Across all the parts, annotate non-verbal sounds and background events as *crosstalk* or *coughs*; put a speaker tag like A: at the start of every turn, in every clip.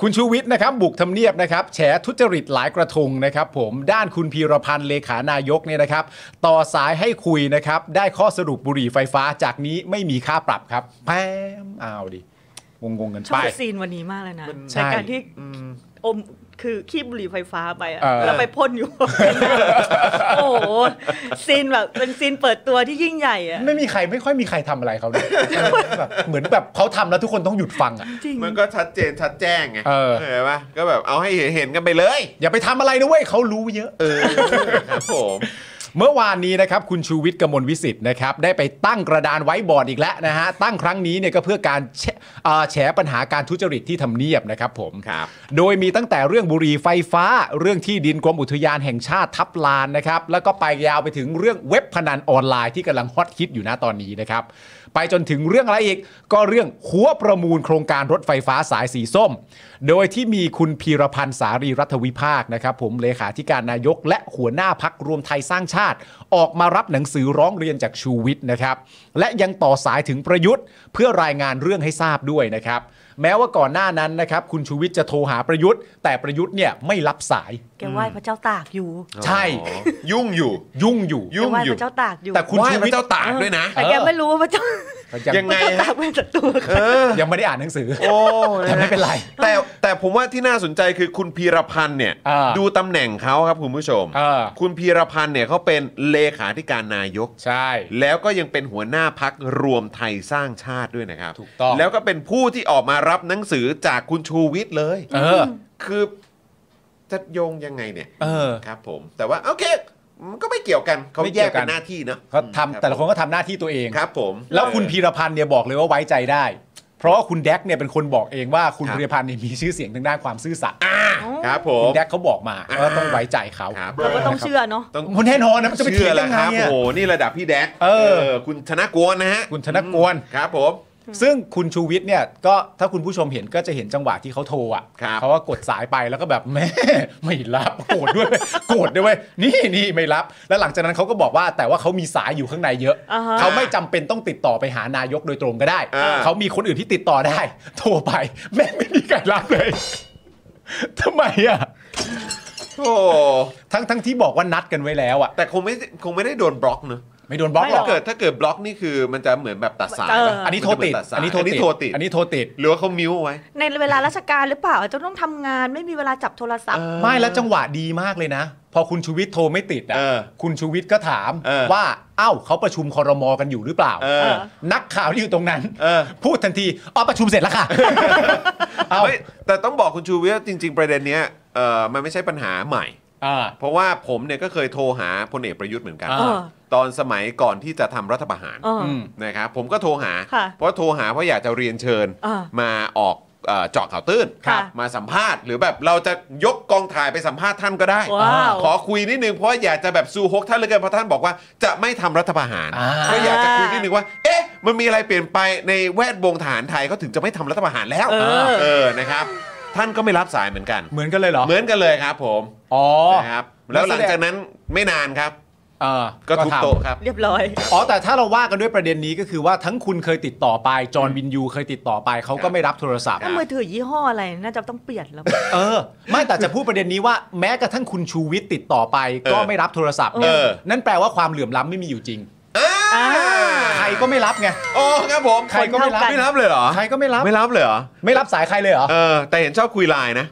A: คุณชูวิทย์นะครับบุกทำเนียบนะครับแฉทุจริตหลายกระทงนะครับผมด้านคุณพีรพันธ์เลขานายกเนี่ยนะครับ ต่อสายให้คุยนะครับ ได้ข้อสรุปบุหรี่ไฟฟ้าจากนี้ไม่มีค่าปรับครับแพมเอาดิงงงๆกัน
B: ชอ
A: ไป
B: บซีนวันนี้มากเลยนะ
C: มัน
A: ใช่
B: ในการที่อมคือขี้บุหรี่ไฟฟ้าไปอะ
A: เออ
B: แล้วไปพ่นอยู่ โอ้โหซีนแบบเป็นซีนเปิดตัวที่ยิ่งใหญ่อะ
A: ไม่มีใครไม่ค่อยมีใครทำอะไรเขาเลย แบบเหมือนแบบเขาทำแล้วทุกคนต้องหยุดฟังอ่ะ
B: จริง
C: มันก็ชัดเจนชัดแจ้งไง
A: เออ
C: เห็นปะก็แบบเอาให้เห็นกันไปเลย
A: อย่าไปทำอะไรนะเว้ยเขารู้เยอะ
C: เออครับผม
A: เมื่อวานนี้นะครับคุณชูวิทย์กมลวิสิทธิ์นะครับได้ไปตั้งกระดานไว้บอร์ดอีกแล้วนะฮะตั้งครั้งนี้เนี่ยก็เพื่อการแฉเอ่อแฉปัญหาการทุจริตที่ทำเนียบนะครับผม
C: ครับ
A: โดยมีตั้งแต่เรื่องบุหรีไฟฟ้า เรื่องที่ดินกรมอุทยานแห่งชาติทับลานนะครับ แล้วก็ไปยาวไปถึงเรื่องเว็บพนันออนไลน์ที่กำลังฮอตฮิตอยู่นะตอนนี้นะครับ ไปจนถึงเรื่องอะไรอีก ก็เรื่องหัวประมูลโครงการรถไฟฟ้าสายสีส้ม โดยที่มีคุณพีรพันธ์สารีรัฐวิภาคนะครับ ผมเลขาธิการนายกและหัวหน้าพักรวมไทยสร้างชาติ ออกมารับหนังสือร้องเรียนจากชูวิทย์นะครับ และยังต่อสายถึงประยุทธ์ เพื่อรายงานเรื่องให้ทราบด้วยนะครับ แม้ว่าก่อนหน้านั้นนะครับคุณชูวิทย์จะโทรหาประยุทธ์ แต่ประยุทธ์เนี่ยไม่รับสาย
B: แกไหว้พระเจ้าตากอยู่
A: ใช่
C: อ๋อยุ่งอยู่
A: ยุ่งอยู่
B: แก
C: ยุ่ง
B: ไหว้
C: อยู่
B: พระเจ้าตากอยู่
A: แต่คุณ
C: ไหว้
A: ชู
C: พ
A: วิท
C: ระ
A: ย์
C: เจ้าตากด้วยนะ
B: แต่แกไม่รู้ว่าพระเจ้า
A: ยัง
C: ยัง
B: พ
C: ไง
B: ระเจ้าตา
C: ฮะ
B: กเป็นศัตรูกับใคร
C: เออ
A: ยังไม่ได้อ่านหนังสือ
C: โอ้
A: แต่ไม่เป็นไร
C: แต่แต่ผมว่าที่น่าสนใจคือคุณพีรพันธ์เนี่ย
A: อ่า
C: ดูตำแหน่งเขาครับคุณผู้ชม
A: อ่า
C: คุณพีรพันธ์เนี่ยเขาเป็นเลขาธิการนายก
A: ใช่
C: แล้วก็ยังเป็นหัวหน้าพักรวมไทยสร้างชาติด้วยนะครับ
A: ถูกต้อง
C: แล้วก็เป็นผู้ที่ออกมารับหนังสือจากคุณชูวิทย์เลย
A: เออ
C: คือจะโยงยังไงเนี่ย
A: เออ
C: ครับผม แต่ว่าโอเคมันก็ไม่เกี่ยวกันเขา
A: ไม่เกี่
C: แย
A: ยว
C: ก
A: กัน
C: เป็นหน้าที่เนอะ
A: เขาทำแต่ละคนก็ทำหน้าที่ตัวเอง
C: ครับผม
A: แล้วคุณพีรพันธ์เนี่ยบอกเลยว่าไว้ใจได้ เพราะว่าคุณแดกเนี่ยเป็นคนบอกเองว่าคุณ
C: ครับ
A: พีรพันธ์เนี่ยมีชื่อเสียงทางด้านความซื่อสัตย์
C: ครับผ
A: คุ
C: ม
A: ณแดกเขาบอกมา
C: อ่า
A: ว่าต้องไว้ใจเขา
C: ครับ
B: เราก็ต้องเชื่อเนาะ
C: ต้อง
A: มันแน่นอนนะมันจะไปเถี
C: เชื่
A: ย
C: อง แล้
A: ยั
C: ว
A: ง
C: ค
A: ไง
C: รับ
A: อะ
C: โอ้โหนี่ระดับพี่แดก
A: เออ
C: คุณธนกวนนะฮะ
A: คุณธนกร
C: ครับผม
A: ซึ่งคุณชูวิทย์เนี่ยก็ถ้าคุณผู้ชมเห็นก็จะเห็นจังหวะที่เขาโทรอ่ะ
C: ครับ
A: เขาว่ากดสายไปแล้วก็แบบ *laughs* แม่ ไม่รับโกรธด้วย โกรธด้วยเวยนี่นี่ไม่รับ แล้วหลังจากนั้นเขาก็บอกว่าแต่ว่าเขามีสายอยู่ข้างในเยอะ
B: อ่าฮะ
A: เขาไม่จำเป็นต้องติดต่อไปหานายกโดยตรงก็ได้
C: อ่า
A: เขามีคนอื่นที่ติดต่อได้ โทรไป แม่งไม่มีใครรับเลย ทำไมอ่ะ
C: โอ้
A: ทั้งทั้งที่บอกว่านัดกันไว้แล้วอ่ะ
C: แต่คงไม่คงไม่ได้โดนบล็อกเนอะ
A: ไม่โดนบล็อก
B: ไม่
A: ห
B: ห
A: ร
B: ร
A: อ
B: อก ก
C: เกิดถ้าเกิดบล็อกนี่คือมันจะเหมือนแบบตัดสาย
B: เออ
C: ปะ
A: อันนี้โทรติด
C: มัจะเหมื
A: อันนี้โทรติด
C: ติด
A: อันนี้โทรติด
C: หรือว่าเขามิวเอาไว้
B: ในเวลาราชการหรือเปล่าอาจจะต้องทำงานไม่มีเวลาจับโทรศัพท์
A: ไม่แล้วจังหวะดีมากเลยนะ พอคุณชูวิทย์โทรไม่ติดอ่ะ
C: เออ
A: คุณชูวิทย์ก็ถาม
C: เออ
A: ว่าเอ้าเขาประชุมคอรมอกันอยู่หรือเปล่า
C: เออ
A: นักข่าวที่อยู่ตรงนั้น
C: เออ
A: พูดทันทีอ๋อประชุมเสร็จแล้ว
C: *laughs*
A: ค่ะ เอา
C: ไม่แต่ต้องบอกคุณชูวิทย์ว่าจริง ๆ ประเด็นเนี้ยเออมันไม่ใช่ปัญหาใหม่
A: อ่า
C: เพราะว่าผมเนี่ยก็เคยโทรหาพลเอกประยุทธ์เหมือนกัน
A: อ่า
C: ตอนสมัยก่อนที่จะทำรัฐประหาร
B: เออ
A: ม
C: นะครับผมก็โทรหา
B: ค่ะ
C: เพราะโทรหาเพราะอยากจะเรียนเชิญ
B: อ่า
C: มาออกเอ่อเจาะข่าวตื้น
B: ค่ะ
C: มาสัมภาษณ์ หรือแบบเราจะยกกองถ่ายไปสัมภาษณ์ท่านก็ได้
B: ว้าว
C: ขอคุยนิดนึงเพราะอยากจะแบบซูฮกท่านเหลยเกินเพราะท่านบอกว่าจะไม่ทำรัฐประหาร
A: อ่า
C: ก็อยากจะคุยนิดนึงว่า เอ๊ะ มันมีอะไรเปลี่ยนไปในแวดวงทหารไทยเขาถึงจะไม่ทำรัฐประหารแล้ว
B: เออ
C: เออนะครับ ท่านก็ไม่รับสายเหมือนกัน
A: เหมือนกันเลยเหรอ
C: เหมือนกันเลยครับผม
A: อ๋อ
C: นะครับแล้วหลังจากนั้นไม่นานครับ
A: เออ
C: ก็ทุบ
A: ทำ
C: โต๊ะครับ
B: เรียบร้อย
A: อ๋อแต่ถ้าเราว่ากันด้วยประเด็นนี้ก็คือว่าทั้งคุณเคยติดต่อไปจอห์นวินยูเคยติดต่อไปเขา
C: ครั
A: ก็
C: บ
A: ไม่รับโทรศัพท์
B: ถ้ามือถือยี่ห้ออะไรน่าจะต้องเปลี่ยนแล้ว
A: เออ ไม่แต่จะพูดประเด็นนี้ว่าแม้กระทั่งคุณชูวิทย์ติดต่อไป ก็
C: เออ
A: ไม่รับโทรศัพท์
C: เออ
A: นั่นแปลว่าความเหลื่อมล้ำไม่มีอยู่จริง
C: อ่า
A: ใครก็ไม่รับไง
C: โอ้ครับผม
A: ใครก็ไม่รับ
C: ไม่รับเลยเหรอ
A: ใครก็ไม่รับ
C: ไม่รับเลยเหรอ
A: ไม่รับสายใครเลยเหรอ
C: เออแต่เห็นชอบคุยไลน์นะ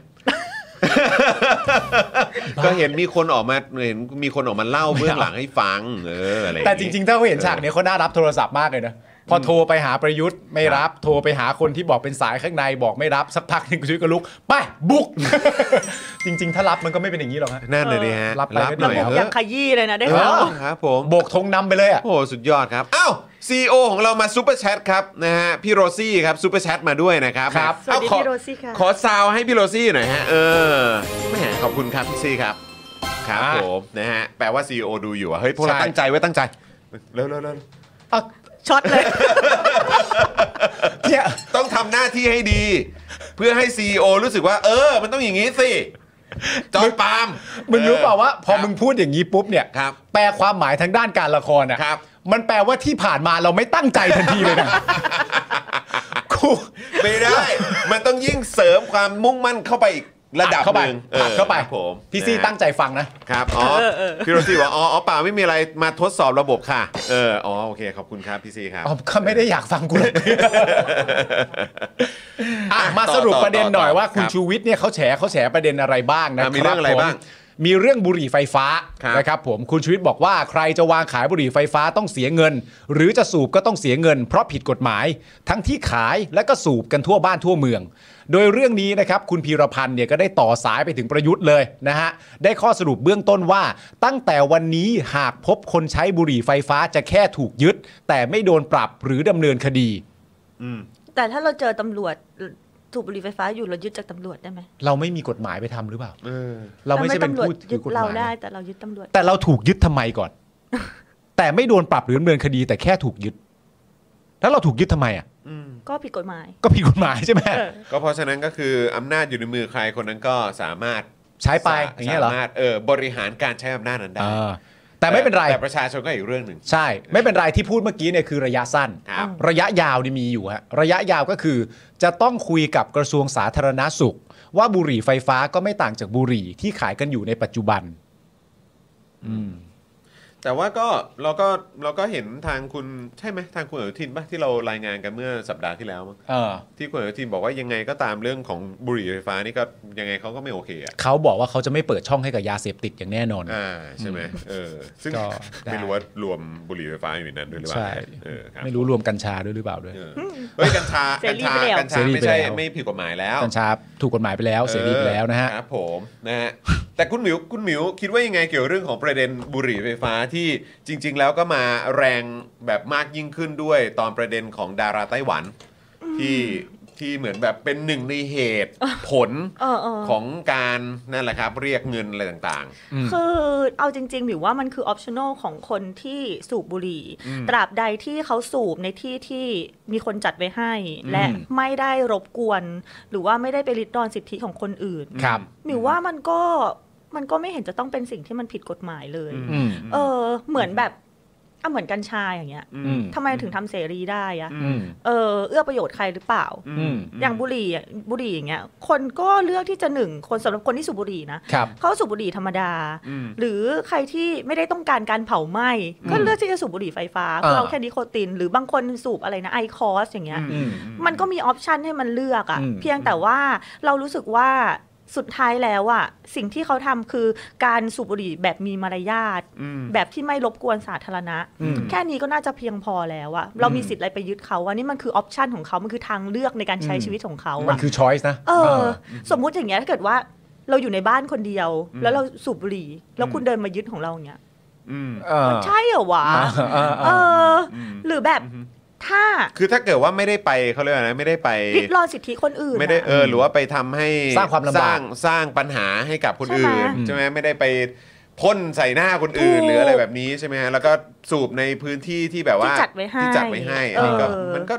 C: ก็เห็นมีคนออกมาเห็นมีคนออกมาเล่าเบื้องหลังให้ฟัง เอออะไรอย่า
A: แต่
C: ย
A: จริงๆ ถ้าเขาเห็นฉากเนี้ยเขาน่ารับโทรศัพท์มากเลยนะ พอโทรไปหาประยุทธ์ไม่รับ โทรไปหาคนที่บอกเป็นสายข้างในบอกไม่รับสักพักหนึ่งคุณชูวิทย์ก็ลุกไปบุก *laughs* จริงๆ ถ้ารับมันก็ไม่เป็นอย่างนี้หรอกฮะ
C: นั่นเลยดิฮะ
A: รับไป
C: หน่อย
A: ไม่ต้
C: เถ
B: อยาก
C: อะ
B: ขยี้เลยนะได้
C: เอ
B: ข่าว
C: อครับผม
A: โบกธงนำไปเลยอ่ะ
C: โอ้โหสุดยอดครับ อ้าวซีอของเรามาซูเปอร์แชทครับนะฮะพี่โรซี่ครับซูเปอร์แชทมาด้วยนะครับ
A: ครับ
B: สวัสดี
C: เอ้าขอ
B: พี่โรซี่ค่ะ
C: ขอซาวให้พี่โรซี่หน่อยฮะ เออแหมขอบคุณครับพี่ซี่ครับ ครับผมนะฮะแปลว่า CEO ดูอยู่อะเฮ้ยพวกเราตั้งใจไว้ตั้งใจเร็วเร็วเร็ว
A: เอา
B: ช็อตเลย
A: เนี่ย
C: ต้องทำหน้าที่ให้ดี เพื่อให้ CEO รู้สึกว่า เออ มันต้องอย่างงี้สิจอยปาล์ม
A: *laughs* มึงรู้เปล่าว่า พอ
C: ครับ
A: มึงพูดอย่างนี้ปุ๊บเนี่ย
C: ครับ
A: แปลความหมายทางด้านการละครอ่ะ
C: ครับ *laughs*
A: มันแปลว่าที่ผ่านมาเราไม่ตั้งใจทันทีเลยนะ โค กู
C: ไม่ได้ มันต้องยิ่งเสริมความมุ่งมั่นเข้าไปอีกระดับ
A: อัเข้า
C: ห
A: ไป
C: นึ่งอ
A: อั
C: อ
A: ดเข้าไป
C: ครับผม
A: พี่ซี่
C: นะฮะ
A: ตั้งใจฟังนะ
C: ครับอ๋อ
B: เออเออ
C: พี่โรซี่บอกอ๋ออ๋อเปล่าไม่มีอะไรมาทดสอบระบบค่ะ เอออ๋อโอเคขอบคุณครับพี่ซี่ครับ
A: อ๋อเขาไม่ได้อยากฟังกูหรอกอ่ะมา
C: ต่อ
A: สรุป
C: ต่อ
A: ประเด็นหน่อย
C: ต่อ
A: ว่าคุณ
C: ครับ
A: ชูวิทย์เนี่ยเขาแฉเขาแฉประเด็นอะไรบ้างนะค
C: อ่ะ
A: บ
C: มีเรื่องอะไรบ้าง
A: ผมมีเรื่องบุหรี่ไฟฟ้า
C: ครับ
A: นะครับผมคุณชูวิทย์บอกว่าใครจะวางขายบุหรี่ไฟฟ้าต้องเสียเงิน หรือจะสูบก็ต้องเสียเงิน เพราะผิดกฎหมาย ทั้งที่ขายและก็สูบกันทั่วบ้านทั่วเมือง โดยเรื่องนี้นะครับคุณพีรพันธ์เนี่ยก็ได้ต่อสายไปถึงประยุทธ์เลยนะฮะได้ข้อสรุปเบื้องต้นว่า ตั้งแต่วันนี้หากพบคนใช้บุหรี่ไฟฟ้าจะแค่ถูกยึด แต่ไม่โดนปรับหรือดำเนินคดี
B: แต่ถ้าเราเจอตำรวจถูกบุหรี่ไฟฟ้าอยู่เรายึดจากตำรวจได้ไหม
A: เราไม่มีกฎหมายไปทำหรือเปล่า
C: เออ
A: เราไม่ใช่เป็น
B: ตำรวจ
A: ผู้ถื
B: ยึ
A: อ
B: ด
A: กฎห
B: เรา
A: มาย
B: ได้
A: นะ
B: แต่เรายึดตำรวจ
A: แต่เราถูกยึดทำไมก่อน แต่ไม่โดนปรับหรือดำเนินคดี แต่แค่ถูกยึด แล้วเราถูกยึดทำไมอ่ะ
B: ก็ผิดกฎหมาย
A: ก็ผิดกฎหมายใช่ไหม
B: เออ
C: ก็เพราะฉะนั้นก็คืออำนาจอยู่ในมือใครคนนั้นก็สามารถ
A: ใช้ไป
C: สา
A: อย่างเงี้ยเหรอ
C: สามารถเออบริหารการใช้อำนาจนั้นได้
A: เออแต่ไม่เป็นไร
C: แต่ประชาชนก็อีกเรื่องหนึ่ง
A: ใช่ ไม่เป็นไรที่พูดเมื่อกี้เนี่ยคือระยะสั้น
C: ครับ
A: ระยะยาวนี่มีอยู่ฮะระยะยาวก็คือ จะต้องคุยกับกระทรวงสาธารณาสุข ว่าบุหรี่ไฟฟ้าก็ไม่ต่างจากบุหรี่ที่ขายกันอยู่ในปัจจุบัน
C: แต่ว่าก็เราก็เราก็เห็นทางคุณใช่ไหมทางคุณอนุทินป่ะที่เรารายงานกันเมื่อสัปดาห์ที่แล้วมั้ง
A: เออ
C: ที่คุณอนุทินบอกว่ายังไงก็ตามเรื่องของบุหรี่ไฟฟ้านี่ก็ยังไงเขาก็ไม่โอเคอ่ะ
A: เขาบอกว่าเขาจะไม่เปิดช่องให้กับยาเสพติดอย่างแน่นอน
C: อ่าใช่ไหมเออซึ่ง
A: ก็ได้
C: ไม่รู้ว่ารวมบุหรี่ไฟฟ้าอยู่ในนั้นด้วยหรือเปล่า
A: ใช่
C: เออครับ
A: ไม่รู้รวมกัญชาด้วยหรือเปล่าด้วย
C: เออเฮ้ยกัญชา
B: เส
C: กัญ
B: รี
C: ชา
B: ไปแล้ว
C: กัญชา
A: เสรี
C: ไม่
A: ไป
C: ใช่
A: แล้ว
C: ไม่ผิดกฎหมายแล้ว
A: กัญชาถูกกฎหมายไปแล้วเสรีไปแล้วนะฮะ
C: เออครับผมนะฮะแต่คุณหมิวคุณหมิวคิดว่ายังไงเกี่ยวเรื่องของประเด็นบุหรี่ไฟฟ้าที่จริง ๆ แล้วก็มาแรงแบบมากยิ่งขึ้นด้วยตอนประเด็นของดาราไต้หวันที่ที่เหมือนแบบเป็นหนึ่งในเหตุผล
B: เออเออ
C: ของการนั่นแหละครับเรียกเงินอะไรต่าง
A: อืม
B: คือเอาจริงๆหมิวว่ามันคือออ t ชั่น l ของคนที่สูบบุหรี่
C: อืม
B: ตราบใดที่เขาสูบในที่ที่มีคนจัดไว้ให้ และไม่ได้รบกวน หรือว่าไม่ได้ไปริดรอนสิทธิของคนอื่น
A: ครับ
B: หมิวว่ามันก็มันก็ไม่เห็นจะต้องเป็นสิ่งที่มันผิดกฎหมายเลย
C: อืม
A: อืม
B: เออ เหมือนแบบอ่ะเหมือนกัญชาอย่างเงี้ย
C: ๆอื
A: อื
C: ม
A: ม
B: ทำไมถึงทำเสรีได้อะ
A: อืม
B: เออเอื้อประโยชน์ใครหรือเปล่า
A: อืม
B: อย่างบุหรี่อะบุหรี่อย่างเงี้ย คนก็เลือกที่จะหนึ่งคนสำหรับคนที่สูบบุหรี่นะครับ เขาสูบบุหรี่ธรรมดา
C: อืม
B: หรือใครที่ไม่ได้ต้องการการเผาไหม้ก็เลือกที่จะสูบบุหรี่ไฟฟ้าเพื่อเอา
A: อ่า
B: แค่นิโคติน หรือบางคนสูบอะไรนะไอคอสอย่างเงี้ย
C: อื
A: อืม
B: มันก็มีออปชันให้มันเลือกอะ่ะ
A: อืม
B: เพียงแต่ว่าเรารู้สึกว่าสุดท้ายแล้วอะ่ะสิ่งที่เขาทำคือการสูบบุหรี่แบบมีมารยาท
C: อืม
B: แบบที่ไม่รบกวนสาธารณะ
A: อืม
B: แค่นี้ก็น่าจะเพียงพอแล้วอะเรามีสิทธิ์อะไรไปยึดเขาว่านี่มันคือออปชันของเขา มันคือทางเลือกในการใช้
A: อืม
B: ชีวิตของเขา
A: มัน
B: อะ
A: คือช้อยส์นะ
B: เออสมมุติอย่างเงี้ยถ้าเกิดว่าเราอยู่ในบ้านคนเดียว แล้วเราสูบบุหรี่ แล้วคุณเดินมายึดของเราอย่างเงี้ย
C: อืม
A: เออ
B: ใช่เหรอวะ
A: เออเอ
B: เอ
A: อ
B: อ
C: อืม
B: หรือแบบถ้า
C: คือถ้าเกิดว่าไม่ได้ไปเขาเรียกว่าอะไรไม่ได้ไป
B: ริดรอนสิทธิคนอื่น
C: ไม่ได้
B: อะ
C: เออหรือว่าไปทำให้
A: สร้างความลำบาก
C: สร้างสร้างปัญหาให้กับคน
B: ใช่ไหม
C: อื่นใช่ไหมไม่ได้ไปพ่นใส่หน้าคนอื่น
B: ถูก
C: หรืออะไรแบบนี้ใช่ไหมฮะแล้วก็สูบในพื้นที่ที่แบบว่า
B: ที่จัดไว้ให้
C: ที่จัดไว้ให้อันนี้ก็
B: เออ
C: มันก็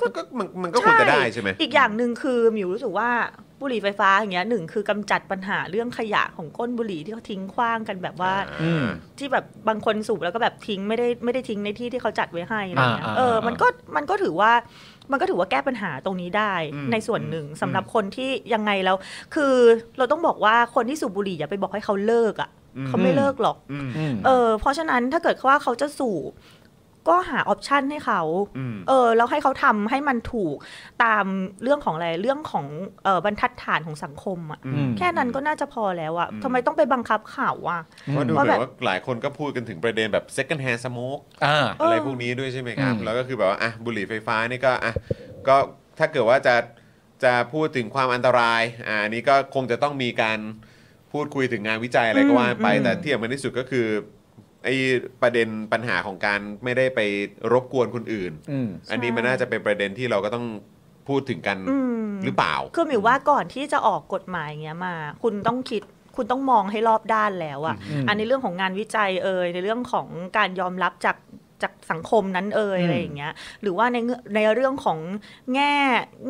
C: ก็ก็มันมันก็ควรจะได้ใช่ไหม
B: อีกอย่างหนึ่งคือหมิวรู้สึกว่าบุหรี่ไฟฟ้าอย่างเงี้ยหนึ่งคือกำจัดปัญหาเรื่องขยะของก้นบุหรี่ที่เขาทิ้งขว้างกันแบบว่า
A: อืม
B: ที่แบบบางคนสูบแล้วก็แบบทิ้งไม่ได้ไม่ได้ทิ้งในที่ที่เขาจัดไว้ให้อะไรเงี้ย
A: อ่าอ่า
B: เออ
A: อ่ามั
B: มันก็มันก็ถือว่ามันก็ถือว่าแก้ปัญหาตรงนี้ได้ในส่วนหนึ่งสำหรับคนที่ยังไงแล้ว คือเราต้องบอกว่าคนที่สูบบุหรี่อย่าไปบอกให้เขาเลิกอ่ะเขาไม่
A: อืม
B: เลิกหรอก
C: อืม
B: เออเพราะฉะนั้นถ้าเกิดว่าเขาจะสูบก็หาออปชันให้เขา
C: อืม
B: เออแล้วให้เขาทำให้มันถูกตามเรื่องของอะไรเรื่องของเออบรรทัดฐานของสังคมอ่ะ
A: อืม
B: แค่นั้นก็น่าจะพอแล้วอ่ะทำไมต้องไปบังคับเขาอ่ะ
C: เพราะดูเหมื
B: ว่า
C: อ
B: แบบ
C: นว่าหลายคนก็พูดกันถึงประเด็นแบบ second hand smoke
A: อ่า
B: เอออ
C: อะไรพวกนี้ด้วยใช่ไหมครับ
A: อืม
C: แล้วก็คือแบบว่าอ่ะบุหรี่ไฟฟ้านี่ก็อ่ะก็ถ้าเกิดว่าจะจะพูดถึงความอันตรายอ่าอันนี้ก็คงจะต้องมีการพูดคุยถึงงานวิจัยอะไรก็ว่าไป
A: อืม
C: แต่ที่สำคัญที่สุดก็คือไอ้ประเด็นปัญหาของการไม่ได้ไปรบกวนคนอื่น
A: อืม
C: อันนี้มันน่าจะเป็นประเด็นที่เราก็ต้องพูดถึงกัน
B: อืม
C: หรือเปล่า
B: คือหมิวว่าก่อนที่จะออกกฎหมายเงี้ยมา คุณต้องคิดคุณต้องมองให้รอบด้านแล้วอะ
A: อืม
B: อันในเรื่องของงานวิจัยเอ่ยในเรื่องของการยอมรับจากจากสังคมนั้นเอ่ย
A: อืม
B: อะไรอย่างเงี้ยหรือว่าในเงื่อนในเรื่องของแง่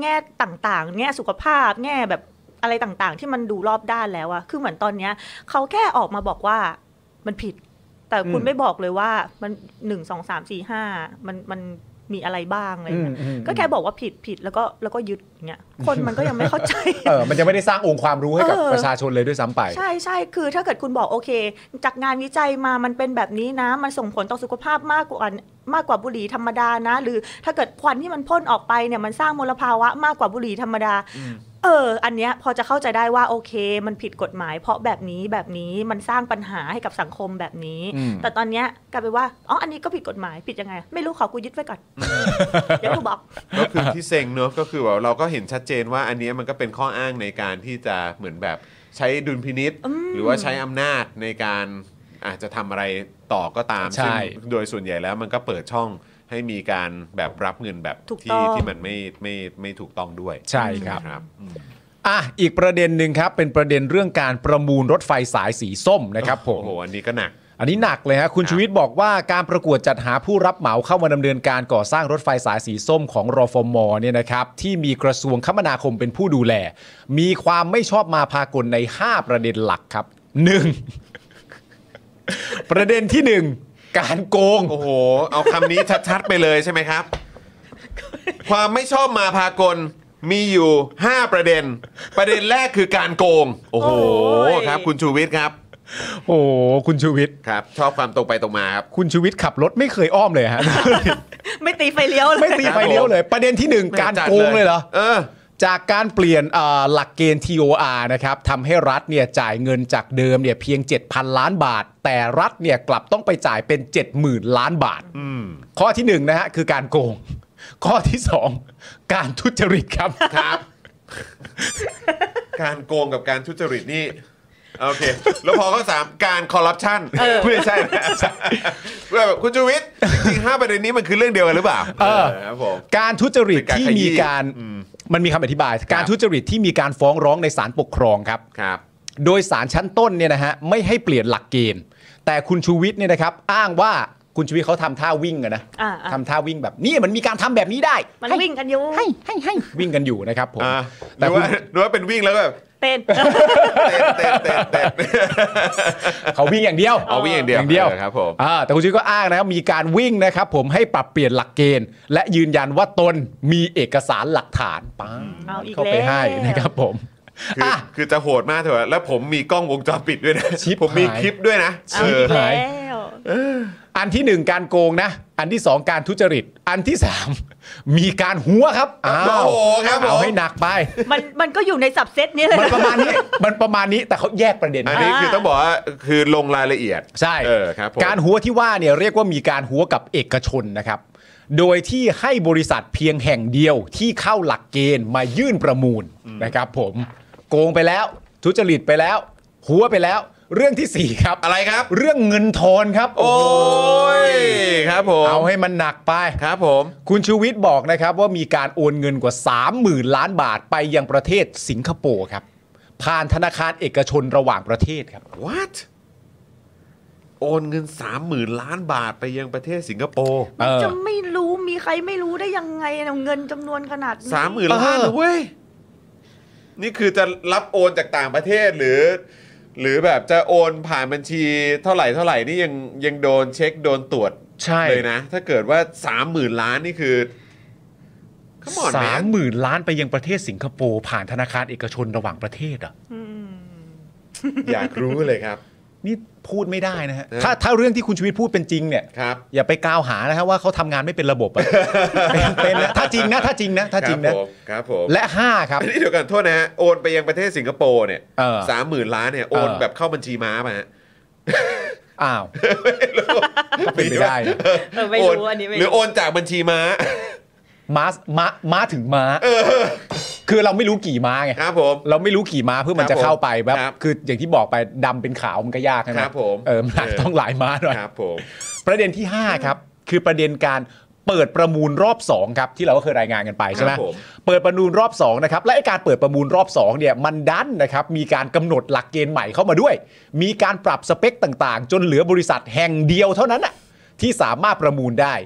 B: แง่ต่างๆ แง่สุขภาพ แง่แบบอะไรต่างๆ ที่มันดูรอบด้านแล้วอะคือเหมือนตอนเนี้ยเขาแค่ออกมาบอกว่ามันผิด แต่คุณไม่บอกเลยว่ามันหนึ่งสองสามสี่ห้ามันมัน มีอะไรบ้างอะไร
A: อื
B: เงี้
A: ม
B: ย
A: อืม
B: ก็แค่บอกว่าผิดผิดแล้วก็แล้วก็ยึดอย่างเงี้ย
A: *laughs*
B: คนมันก็ยังไม่เข้าใจ
A: เออมันยังไม่ได้สร้างองค์ความรู้ให้กับ
B: เออ
A: ประชาชนเลยด้วยซ้ำไป
B: ใช่ใช่คือถ้าเกิดคุณบอกโอเค จากงานวิจัยมามันเป็นแบบนี้นะ มันส่งผลต่อสุขภาพมากกว่ามากกว่าบุหรี่ธรรมดานะ หรือถ้าเกิดควันที่มันพ่นออกไปเนี่ยมันสร้างมลภาวะมากกว่าบุหรี่ธรรมดา เออ อันเนี้ยพอจะเข้าใจได้ว่าโอเค มันผิดกฎหมาย เพราะแบบนี้แบบนี้มันสร้างปัญหาให้กับสังคมแบบนี้
A: อืม
B: แต่ตอนเนี้ยกลายเป็นว่าอ๋ออันนี้ก็ผิดกฎหมายผิดยังไง ไม่รู้ขอกูยึดไว้ก่อนเดี๋ยวกูบอก
C: ก็คือที่เซ็งเนอะก็คือแบบเราก็เห็นชัดเจนว่าอันเนี้ยมันก็เป็นข้ออ้างในการที่จะเหมือนแบบใช้ดุลพินิษ
B: อืม
C: หรือว่าใช้อำนาจในการอาจจะทำอะไรต่อก็ตาม
A: ใช่
C: ซึ่งโดยส่วนใหญ่แล้วมันก็เปิดช่องให้มีการแบบรับเงินแบบ
B: ถูกต้
C: ที่
B: อง
C: ที่มันไม่ไม่ไม่ถูกต้องด้วย
A: ใช่ครับ
C: ครับ
A: อ่ะอีกประเด็นหนึ่งครับ เป็นประเด็นเรื่องการประมูลรถไฟสายสีส้มนะครับผม
C: โอ้โห อันนี้ก็หนัก
A: อันนี้หนักเลยฮะคุณ
C: ครับ
A: ชูวิทย์บอกว่าการประกวดจัดหาผู้รับเหมาเข้ามาดำเนินการก่อสร้างรถไฟสายสีส้มของรอฟมเนี่ยนะครับที่มีกระทรวงคมนาคมเป็นผู้ดูแล มีความไม่ชอบมาพากลใน 5 ประเด็นหลักครับ 1. ประเด็นที่ 1 การโกง
C: โอ้โห เอาคำนี้ชัดๆไปเลยใช่ไหมครับ ความไม่ชอบมาพากลมีอยู่ 5 ประเด็น ประเด็นแรกคือการโกง โอ้โห
B: โอ้ย
C: ครับ คุณชูวิทย์ครับ
A: โอ้โหคุณชูวิทย์
C: ครับ ชอบความตรงไปตรงมาครับ
A: คุณชูวิทย์ขับรถไม่เคยอ้อมเลยฮะ
B: ไม่ตีไฟเลี้ยวเลย
A: ไม่ตีไฟเลี้ยวเลย ประเด็นที่หนึ่งการโกงเลยเหรอ
C: เออ
A: จากการเปลี่ยนเอ่อหลักเกณฑ์ TOR นะครับทำให้รัฐเนี่ยจ่ายเงินจากเดิมเนี่ยเพียง 7,000 ล้านบาท แต่รัฐเนี่ยกลับต้องไปจ่ายเป็น 70,000 ล้านบาท
C: อืม
A: ข้อที่ 1 นะฮะ คือการโกง ข้อที่ 2 การทุจริตครับ
C: ครับ การโกงกับการทุจริตนี่ โอเค แล้วพอข้อสามการคอร์รัปชันไม่ใช่นะเพื่อแบบคุณชูวิทย์จริงๆห้าประเด็นนี้มันคือเรื่องเดียวกันหรือเปล่า
A: เออ
C: ครับผม
A: การทุจริตที่มีการ
C: อืม
A: มันมีคำอธิบาย
C: ครั
A: การ
C: บ
A: ทุจริตที่มีการฟ้องร้องในศาลปกครองครับ
C: ครับ
A: โดยสารชั้นต้นเนี่ยนะฮะไม่ให้เปลี่ยนหลักเกณฑ์ แต่คุณชูวิทย์เนี่ยนะครับ อ้างว่าคุณชูวิทย์เขาทำท่าวิ่งอะนะ
B: อ่าๆ
A: ทำท่าวิ่งแบบนี่มันมีการทำแบบนี้ได้
B: มัน
A: ให้
B: วิ่งกันอยู่
A: ให้ให้ให้วิ่งกันอยู่นะครับผม
C: อ่าห
A: แต่
C: รือ
A: คุณ
C: ว่าหรือว่าเป็นวิ่งแล้วก็แบบ
B: เต้น
C: เต้นเต้นเต้นเต้น
A: เขาวิ่งอย่างเดียว
C: เอาวิ่งอย่างเดียวเออครับผม
A: อ่าแต่คุณชูวิทย์ก็อ้างนะครับมีการวิ่งนะครับผมให้ปรับเปลี่ยนหลักเกณฑ์ และยืนยันว่าตนมีเอกสารหลักฐานป้า
B: เอาอีก
A: เข้าไป
B: แล้ว
A: ให้นะครับผม
C: คือ
A: อ่ะ
C: คือจะโหดมากเถอะแล้วผมมีกล้องวงจรปิดด้วยนะ
A: ชิบหาย
C: ผมมีคลิปด้วยนะ
B: เอา
C: เอ
B: อี
C: อก
B: แล้ว
A: อันที่หนึ่งการโกงนะ อันที่สองการทุจริต อันที่สาม *laughs* มีการหัวครับอ้าว
C: โอ้โหครับผม
A: เอาให้หนักไป
B: มันมันก็อยู่ในสับเซตนี้เลย
A: มัน
B: นะ
A: ประมา
C: *laughs*
A: ณนี้มันประมาณนี้แต่เขาแยกประเด็น
C: อัน
A: ให้
C: นี้คือต้องบอกว่าคือลงรายละเอียด
A: ใช่
C: เออครับผม
A: การหัวที่ว่าเนี่ยเรียกว่ามีการหัวกับเอกชนนะครับ โดยที่ให้บริษัทเพียงแห่งเดียวที่เข้าหลักเกณฑ์มายื่นประมูลนะครับผม โกงไปแล้ว ทุจริตไปแล้ว หัวไปแล้ว เรื่องที่สี่ครับ
C: อะไรครับ
A: เรื่องเงินทอนครับ
C: โอ้ยครับผม
A: เอาให้มันหนักไป
C: ครับผม
A: คุณชูวิทย์บอกนะครับว่ามีการโอนเงินกว่า 30,000 ล้านบาทไปยังประเทศสิงคโปร์ครับ ผ่านธนาคารเอกชนระหว่างประเทศครับ
C: วัดโอนเงิน3 0,000ล้านบาทไปยังประเทศสิงคโปร์
A: เออ
B: จะไม่รู้มีใครไม่รู้ได้ยังไงเอาเงินจำนวนขนาดนี้
C: สามหมื่นล้านนะเว้ยนี่คือจะรับโอนจากต่างประเทศหรือ หรือแบบจะโอนผ่านบัญชีเท่าไหร่เท่าไหร่นี่ยังยังโดนเช็คโดนตรวจ
A: ใช่
C: เลยนะ ถ้าเกิดว่า 30,000 ล้านนี่คือ Come on
A: สาม
C: man
A: หมื่นล้านไปยังประเทศสิงคโปร์ผ่านธนาคารเอกชนระหว่างประเทศอ่ะ
B: อืม
C: อยากรู้เลยครับ
A: นี่พูดไม่ได้นะฮะ
C: เออ
A: ถ้าถ้าเรื่องที่คุณชูวิทย์พูดเป็นจริงเนี่ย
C: ครับ
A: อย่าไปกล่าวหานะฮะว่าเขาทำงานไม่เป็นระบบอะ *laughs* เป็นเป็นนะถ้าจริงนะถ้าจริงนะถ้าจริง
C: ครั
A: นะ
C: บผมครับผม
A: และ 5 ครับ
C: อันนี้เดี๋ยวกันโทษนะฮะ โอนไปยังประเทศสิงคโปร์เนี่ย
A: เออ
C: สามหมื่นล้านเนี่ย โอน
A: เออ
C: แบบเข้าบัญชีม้ามาฮะ *laughs*
A: อ้าวก็เป็นไปได้นะ
B: เออไม่
C: โอน
B: รู้อันนี้ไม่
C: หรือ
B: รู้
C: โอนจากบัญชีม้า
A: ม้าม้าม้าถึงม้าคือเราไม่รู้กี่ม้าไง
C: ครับผม
A: เราไม่รู้กี่ม้าเพื่อมันจะ
C: ครับผม
A: เข้าไปแบบ
C: ครับ
A: คืออย่างที่บอกไปดำเป็นขาวมันก็ยากใช่ไหม
C: ครับผม
A: เออมันอาจจะต้องหลายม้าหน่อย
C: ครับผม
A: ประเด็นที่ 5 ครับ คือประเด็นการเปิดประมูลรอบ 2 ครับ ที่เราก็เคยรายงานกันไปใช่ไหม
C: ครับผม
A: เปิดประมูลรอบ 2 นะครับ และไอ้การเปิดประมูลรอบ 2 เนี่ยมันดันนะครับ มีการกำหนดหลักเกณฑ์ใหม่เข้ามาด้วย มีการปรับสเปคต่างๆ จนเหลือบริษัทแห่งเดียวเท่านั้นน่ะที่สามารถประมูลได้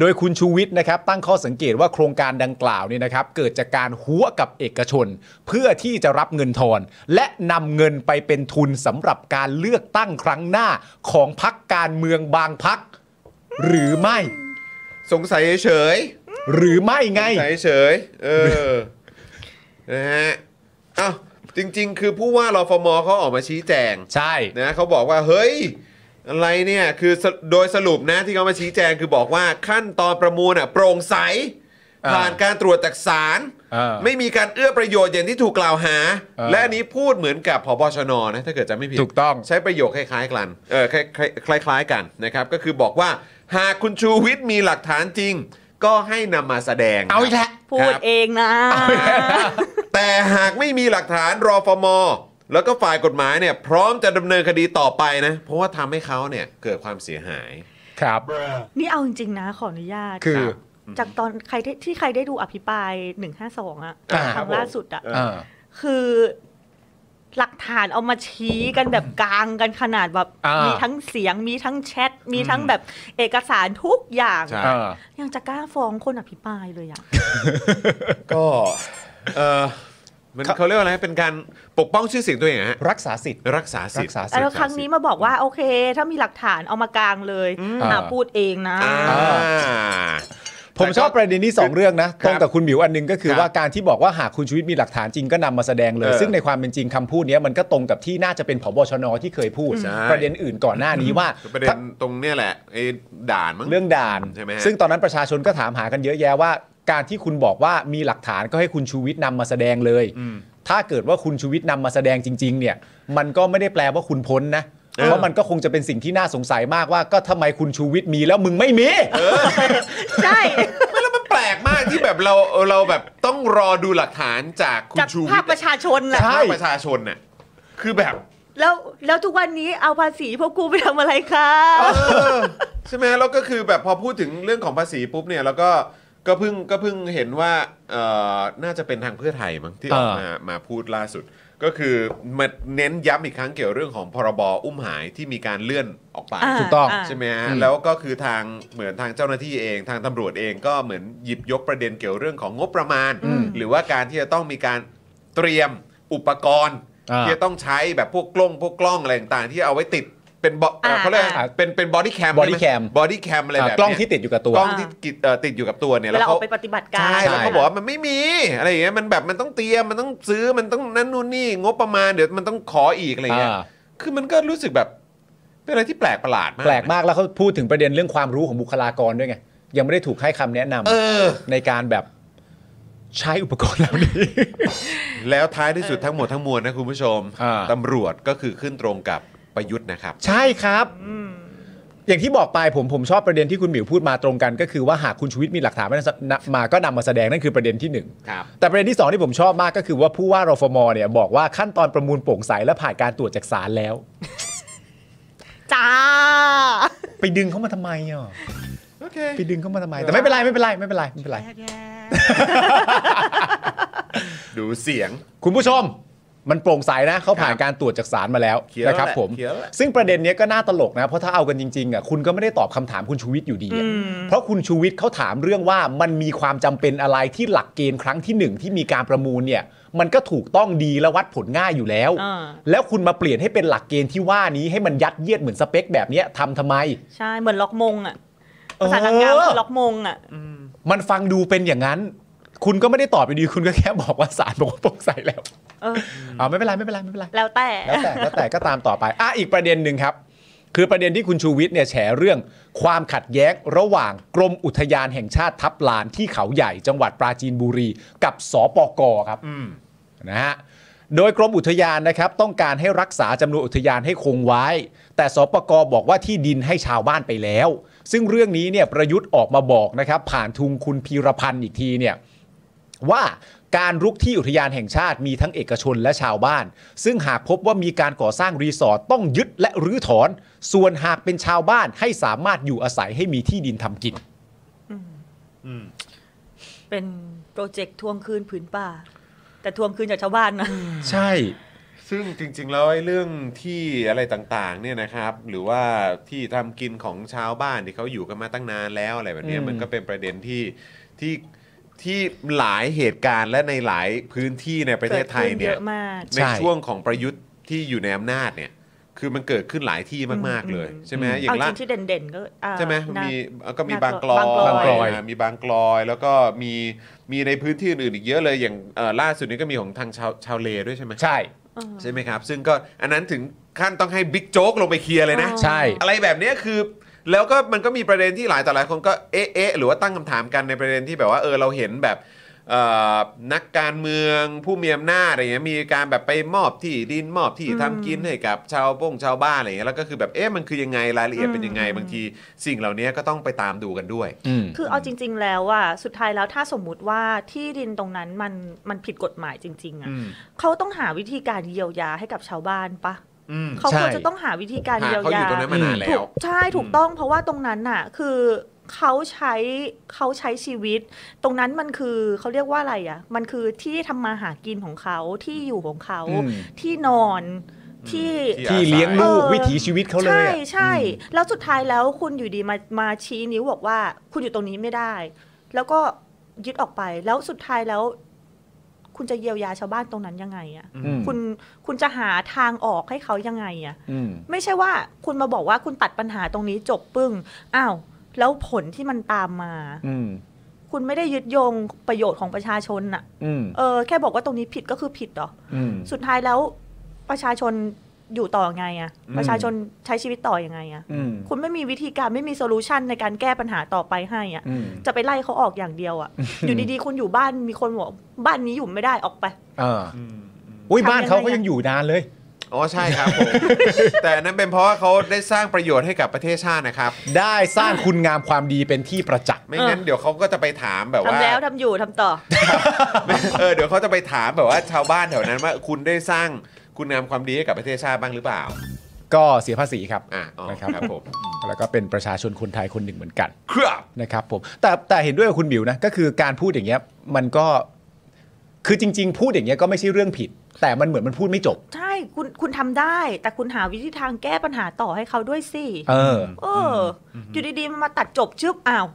A: โดยคุณชูวิทย์นะครับ ตั้งข้อสังเกตว่าโครงการดังกล่าวเนี่ยนะครับ เกิดจากการหัวกับเอกชน เพื่อที่จะรับเงินทอน และนำเงินไปเป็นทุนสำหรับการเลือกตั้งครั้งหน้าของพักการเมืองบางพัก หรือไม่
C: สงสัยเฉย
A: หรือไม่
C: ๆ
A: ไง
C: สงสัยเฉยๆเออ นะฮะอ้าวจริง ๆ คือผู้ว่ารฟมเขาออกมาชี้แจง
A: ใช่
C: นะเขาบอกว่าเฮ้ย อะไรเนี่ย คือสโดยสรุปนะที่เขามาชี้แจงคือบอกว่าขั้นตอนประมูลอ่ะโปร่งใส ผ่านการตรวจจากศาล
A: เออ
C: ไม่มีการเอื้อประโยชน์อย่างที่ถูกกล่าวหา
A: เออ
C: และอันนี้พูดเหมือนกับพบชนนะถ้าเกิดจะไม่ผิด
A: ถูกต้อง
C: ใช้ประโยคคล้ายๆกันเออคล้ายๆคล้ายๆกันนะครับ ก็คือบอกว่าหากคุณชูวิทย์มีหลักฐานจริง ก็ให้นำมาแสดง
A: เอาอีก *laughs* แล้ว
B: พู
C: ค
B: ด
C: รับ
B: เองนะ
C: แต่หากไม่มีหลักฐานรอฟม แล้วก็ฝ่ายกฎหมายเนี่ย พร้อมจะดำเนินคดีต่อไปนะ เพราะว่าทำให้เขาเนี่ย เกิดความเสียหาย
A: ครับ
B: นี่เอาจริงๆนะขออนุญาต
A: คือ
B: รับจากตอนใครที่ที่ใครได้ดูอภิปราย 152อะ
A: อ่า
B: ครั้งล่าสุดอะ
C: ครับ
A: เออ
B: คือหลักฐานเอามาชี้กันแบบกลางกันขนาดแบบ
A: อ่ามี
B: มีทั้งเสียงมีทั้งแชท มีทั้งแบบเอกสารทุกอย่าง
C: ใช่
A: เออ
B: ยังจะกล้าฟ้องคนอภิปรายเลยอะ
C: ก็เออมัน
A: ครับ
C: เขาเรียกว่าอะไรเป็นการปกป้องชื่อเสียงตัวเองเหรอฮะ
A: รักษาสิทธิ์
C: รักษาสิ
A: รั
C: ท
A: ก
C: ธิ์
A: ษาสิทธิ์
B: แล้วครั้งนี้มาบอกว่าโอเค ถ้ามีหลักฐานเอามากลางเลย
A: อ่า
B: อ่าพูดเองนะ
C: อ่า
A: ผมชอบประเด็นนี้ 2 เรื่องนะ ตรงกับคุณหมิวอันหนึงก็คือ
C: ครับ
A: ว่าการที่บอกว่าหากคุณชูวิทย์มีหลักฐานจริงก็นำมาแสดงเลย
C: เออ
A: ซึ่งในความเป็นจริงคำพูดเนี้ยมันก็ตรงกับที่น่าจะเป็นผบชนที่เคยพูด
C: ใช่
A: ประเด็นอื่นก่อนหน้านี้ว่า
C: ประเด็
A: ถ้าน
C: ตรงเนี่ยแหละไอ้ด่านมั้ง
A: เรื่องด่าน
C: ใช่ไหมฮะ
A: ซึ่งตอนนั้นประชาชนก็ถามหากันเยอะแยะว่า การที่คุณบอกว่ามีหลักฐานก็ให้คุณชูวิทย์นำมาแสดงเลย ถ้าเกิดว่าคุณชูวิทย์นำมาแสดงจริง ๆ เนี่ย มันก็ไม่ได้แปลว่าคุณพ้นนะเพราะมันก็คงจะเป็นสิ่งที่น่าสงสัยมากว่าก็ทำไมคุณชูวิทย์มีแล้วมึงไม่มี
B: ใช่
C: *laughs* ไม่แล้วมันแปลกมากที่แบบเราเราแบบต้องรอดูหลักฐานจากคุณ
B: จาก
C: ชูวิ
B: ภา
C: ท
B: ค
C: ย์
B: ประชาชน
C: จาก
B: น่ะ
C: ภาคประชาชนน่ะคือแบบ
B: แล้วแล้วทุกวันนี้เอาภาษีพวกกูไปทำอะไรคะ
C: เออใช่ไหมแล้วก็คือแบบพอพูดถึงเรื่องของภาษีปุ๊บเนี่ย แล้วก็ก็เพิ่งก็เพิ่งเห็นว่าเอ่อน่าจะเป็นทางเพื่อไทยมั้งที่ออกมามาพูดล่าสุด ก็คือมาเน้นย้ำอีกครั้งเกี่ยวเรื่องของพรบอุ้มหายที่มีการเลื่อนออกไป
B: า
A: ถูกต้อง
B: า
C: ใช่ไหมฮะ
A: อืม
C: แล้วก็คือทางเหมือนทางเจ้าหน้าที่เองทางตำรวจเองก็เหมือนหยิบยกประเด็นเกี่ยวเรื่องของงบประมาณ
B: อืม
C: หรือว่าการที่จะต้องมีการเตรียมอุปกรณ์
A: อ่า
C: ที่จะต้องใช้แบบพวกกล้องพวกกล้องอะไรต่างๆ ที่เอาไว้ติดเป็นบเอ่อเขาเรียก
A: อ่า
C: เป็นเป็นบอดี้แคม
A: body cam
C: บอดี้แคมอะไรแบบ
A: กล้อง
C: เนี้ย
A: ที่ติดอยู่กับตัว
C: กล้องที่กิดเอ่อติดอยู่กับตัวเนี่ย
B: เวลา
C: แล้ว
B: ออ
C: เขา
B: กไปปฏิบัติการ
C: ใช่แล้วเขา
A: ใช่
C: บอกว่ามันไม่มีอะไรอย่างเงี้ยมันแบบมันต้องเตรียมมันต้องซื้อมันต้องนั่นนู่นนี่งบประมาณเดี๋ยวมันต้องขออีกอะไรเงี้ย
A: อ่า
C: คือมันก็รู้สึกแบบเป็นอะไรที่แปลกประหลาดมาก
A: แปลก
C: นะ
A: มากแล้วเขาพูดถึงประเด็นเรื่องความรู้ของบุคลากรด้วยไง ยังไม่ได้ถูกให้คำแนะนำ
C: เออ
A: ในการแบบใช้อุปกรณ์เหล่านี้
C: แล้วท้ายที่สุดทั้งหมดทั้งมวลนะคุณผู้ชม
A: อ่า
C: ตำรวจก็คือขึ้นตรงกับประยุทธ์นะครับ
A: ใช่ครับ
B: อืม
A: อย่างที่บอกไปผมผมชอบประเด็นที่คุณหมิวพูดมาตรงกัน ก็คือว่าหากคุณชูวิทย์มีหลักฐานมามาก็นำมาแสดงนั่นคือประเด็นที่หนึ่ง
C: ครับ
A: แต่ประเด็นที่สองที่ผมชอบมากก็คือว่าผู้ว่ารฟมเนี่ยบอกว่าขั้นตอนประมูลโปร่งใสและผ่านการตรวจจากศาลแล้ว
B: จ้า
A: ไปดึงเขามาทำไมอ่ะ
C: โอเค
A: ไปดึงเขามาทำไม แต่ไม่เป็นไรไม่เป็นไรไม่เป็นไรไม่เป็นไร
C: ดูเสียง
A: คุณผู้ชมมันโปร่งใสนะเขาผ่านการตรวจจากศาลมาแล้ว
C: เขียวแล้ว
A: นะครับ
C: แหละ
A: ผม
C: เขียวแล้วแหละ
A: ซึ่งประเด็นเนี้ยก็น่าตลกนะ เพราะถ้าเอากันจริงๆอ่ะคุณก็ไม่ได้ตอบคำถามคุณชูวิทย์อยู่ดีอะ
B: อืม
A: เพราะคุณชูวิทย์เขาถามเรื่องว่ามันมีความจำเป็นอะไรที่หลักเกณฑ์ครั้งที่หนึ่งที่มีการประมูลเนี่ยมันก็ถูกต้องดีและวัดผลง่ายอยู่แล้ว
B: อ่า
A: แล้วคุณมาเปลี่ยนให้เป็นหลักเกณฑ์ที่ว่านี้ให้มันยัดเยียดเหมือนสเปคแบบเนี้ยทำทำไม
B: ใช่เหมือนล็อกมงอ่ะ
A: เออ
B: ภาษานางงามคือล็อกมงอ่ะ
A: มันฟังดูเป็นอย่างนั้น คุณก็ไม่ได้ตอบไปดีคุณก็แค่บอกว่าศาลบอกว่าโปร่งใสแล้ว
B: เอ
C: *laughs*
B: อ
A: เอาไม่เป็นไรไม่เป็นไรไม่เป็นไร
B: แล้วแต่
A: แล้วแต่แล้วแต่ก็ตามต่อไป อ่ะอีกประเด็นหนึ่งครับ คือประเด็นที่คุณชูวิทย์เนี่ยแฉเรื่องความขัดแย้งระหว่างกรมอุทยานแห่งชาติทับลานที่เขาใหญ่จังหวัดปราจีนบุรี กับสปกครับนะฮะโดยกรมอุทยานนะครับต้องการให้รักษาจำนวนอุทยานให้คงไว้ แต่สปกบอกว่าที่ดินให้ชาวบ้านไปแล้ว ซึ่งเรื่องนี้เนี่ยประยุทธ์ออกมาบอกนะครับผ่านทุงคุณพีรพันธ์อีกทีเนี่ย ว่าการรุกที่อุทยานแห่งชาติมีทั้งเอกชนและชาวบ้าน ซึ่งหากพบว่ามีการก่อสร้างรีสอร์ทต้องยึดและรื้อถอน ส่วนหากเป็นชาวบ้านให้สามารถอยู่อาศัยให้มีที่ดินทำกิน
B: เป็นโปรเจกต์ทวงคืนผืนป่า แต่ทวงคืนจากชาวบ้านนะ
A: ใช่
C: ซึ่งจริง ๆ แล้วไอ้เรื่องที่อะไรต่างๆ เนี่ยนะครับ หรือว่าที่ทำกินของชาวบ้านที่เขาอยู่กันมาตั้งนานแล้วอะไรแบบเนี้ย
A: อืม
C: มันก็เป็นประเด็นที่ที่ที่หลายเหตุการณ์และในหลายพื้นที่ในประเทศไทย
B: เกิดขึ้น
C: เนี่
B: เย
C: ย
B: อะมาก
C: ในช่วงของประยุทธ์ที่อยู่ในอำนาจเนี่ย คือมันเกิดขึ้นหลายที่มาก ๆ เลย ใช่ไหมอย่า
B: เอา
C: ง
B: จ
C: ล่า
B: ริงที่เด่นๆก็อ่า
C: ใช่ไหม
B: นะ
C: มีก็มี
B: น่า
C: บางกลอบ
B: างกลอย
C: ยอ่ะมีบางกลอย แล้วก็มีมีในพื้นที่อื่นอีกเยอะเลยอย่างเอ่อล่าสุดนี้ก็มีของทางชาวชาวเลด้วยใช่ไหม
A: ใช่
B: เออ
C: ใช่ไหมครับ ซึ่งก็อันนั้นถึงขั้นต้องให้บิ๊กโจ๊กลงไปเคลียร์เลยนะ
A: ใช่
C: อะไรแบบเนี้ยคือแล้วก็มันก็มีประเด็นที่หลายต่อหลายคนก็เอ๊ะเอ๊ะหรือว่าตั้งคำถามกันในประเด็นที่แบบว่าเออเราเห็นแบบเอ่อนักการเมืองผู้มีอำนาจอะไรเงี้ยมีการแบบไปมอบที่ดินมอบที่
B: อืม
C: ทำกินให้กับชาวบ้งชาวบ้านอะไรเงี้ยแล้วก็คือแบบเอ๊ะมันคือยังไงรายละเอียดเป็นยังไง
B: อืม
C: บางทีสิ่งเหล่านี้ก็ต้องไปตามดูกันด้วย
A: อืม
B: คือเอาจริง ๆ แล้วอะสุดท้ายแล้วถ้าสมมุติว่าที่ดินตรงนั้นมันมันผิดกฎหมายจริง ๆอะเขาต้องหาวิธีการเยียวยาให้กับชาวบ้านปะ
C: อืม
B: เขา
A: ใช่
B: ควรจะต้องหาวิธีการ
C: หา
B: เยีย
C: เขาอย
B: วา
C: ยู่ตรงนั้นมานานแล้
B: ถู
C: ว
B: กใช่ถูกต้องเพราะว่าตรงนั้นน่ะ คือเขาใช้เขาใช้ชีวิต ตรงนั้นมันคือเขาเรียกว่าอะไรอะมันคือที่ทำมาหากินของเขาที่อยู่ของเขา
A: อืม
B: ที่นอนที่
A: ที่เลี้ยงลูกวิถีชีวิตเขาเลย
B: ใช่
A: อะ
B: ใช่ แล้วสุดท้ายแล้วคุณอยู่ดีมามาชี้นิ้วบอกว่า คุณอยู่ตรงนี้ไม่ได้ แล้วก็ยึดออกไปแล้วสุดท้ายแล้ว คุณจะเยียวยาชาวบ้านตรงนั้นยังไงอะ
A: อืม
B: คุณคุณจะหาทางออกให้เขายังไงอะ
A: อืม
B: ไม่ใช่ว่าคุณมาบอกว่าคุณตัดปัญหาตรงนี้จบปึ้งอ้าวแล้วผลที่มันตามมา
A: อืม
B: คุณไม่ได้ยึดโยงประโยชน์ของประชาชนอะ
A: อืม
B: เออแค่บอกว่าตรงนี้ผิดก็คือผิดเหรอ
A: อืม
B: สุดท้ายแล้วประชาชนอยู่ต่อไงอะ
A: อืม
B: ประชาชนใช้ชีวิตต่ออยังไงอะ
A: อืม
B: คุณไม่มีวิธีการไม่มีโซลูชันในการแก้ปัญหาต่อไปให้อะ
A: อืม
B: จะไปไล่เขาออกอย่างเดียวอะอยู่ดีๆคุณอยู่บ้านมีคนบอกบ้านนี้อยู่ไม่ได้ออกไป
A: เอออุ้ยบ้านเขาก็ยังอยู่นานเลย
C: อ๋อใช่ครับผม *laughs* แต่อันนั้นเป็นเพราะว่าเขาได้สร้างประโยชน์ให้กับประเทศชาตินะครับ
A: ได้สร้างคุณงามความดีเป็นที่ประจักษ์
C: ไม่งั้นเดี๋ยวเขาก็จะไปถามแบบ
B: ทำ
C: ว่า
B: แล้วทำอยู่ทำต่อ
C: เออเดี๋ยวเขาจะไปถามแบบว่าชาวบ้านแถวนั้นว่าคุณได้สร้างคุณงามความดีให้กับประเทศชาติบ้างหรือเปล่า
A: ก็เสียภาษีครับ
C: อ่ะอ๋อ
A: นะ
C: ค
A: ครั
C: รับบ ผม
A: แล้วก็เป็นประชาชนคนไทยคนหนึ่งเหมือนกัน
C: ครับ
A: นะครับผมแต่แต่เห็นด้วยกับคุณบิวนะ ก็คือการพูดอย่างเงี้ยมันก็คือจริง ๆ พูดอย่างเงี้ยก็ไม่ใช่เรื่องผิด แต่มันเหมือนมันพูดไม่จบ
B: ใช่คุณคุณทำได้ แต่คุณหาวิธีทางแก้ปัญหาต่อให้เขาด้วยสิ
A: เออ
B: เออออยู่ดีๆมันมาตัดจบชึบอ้าว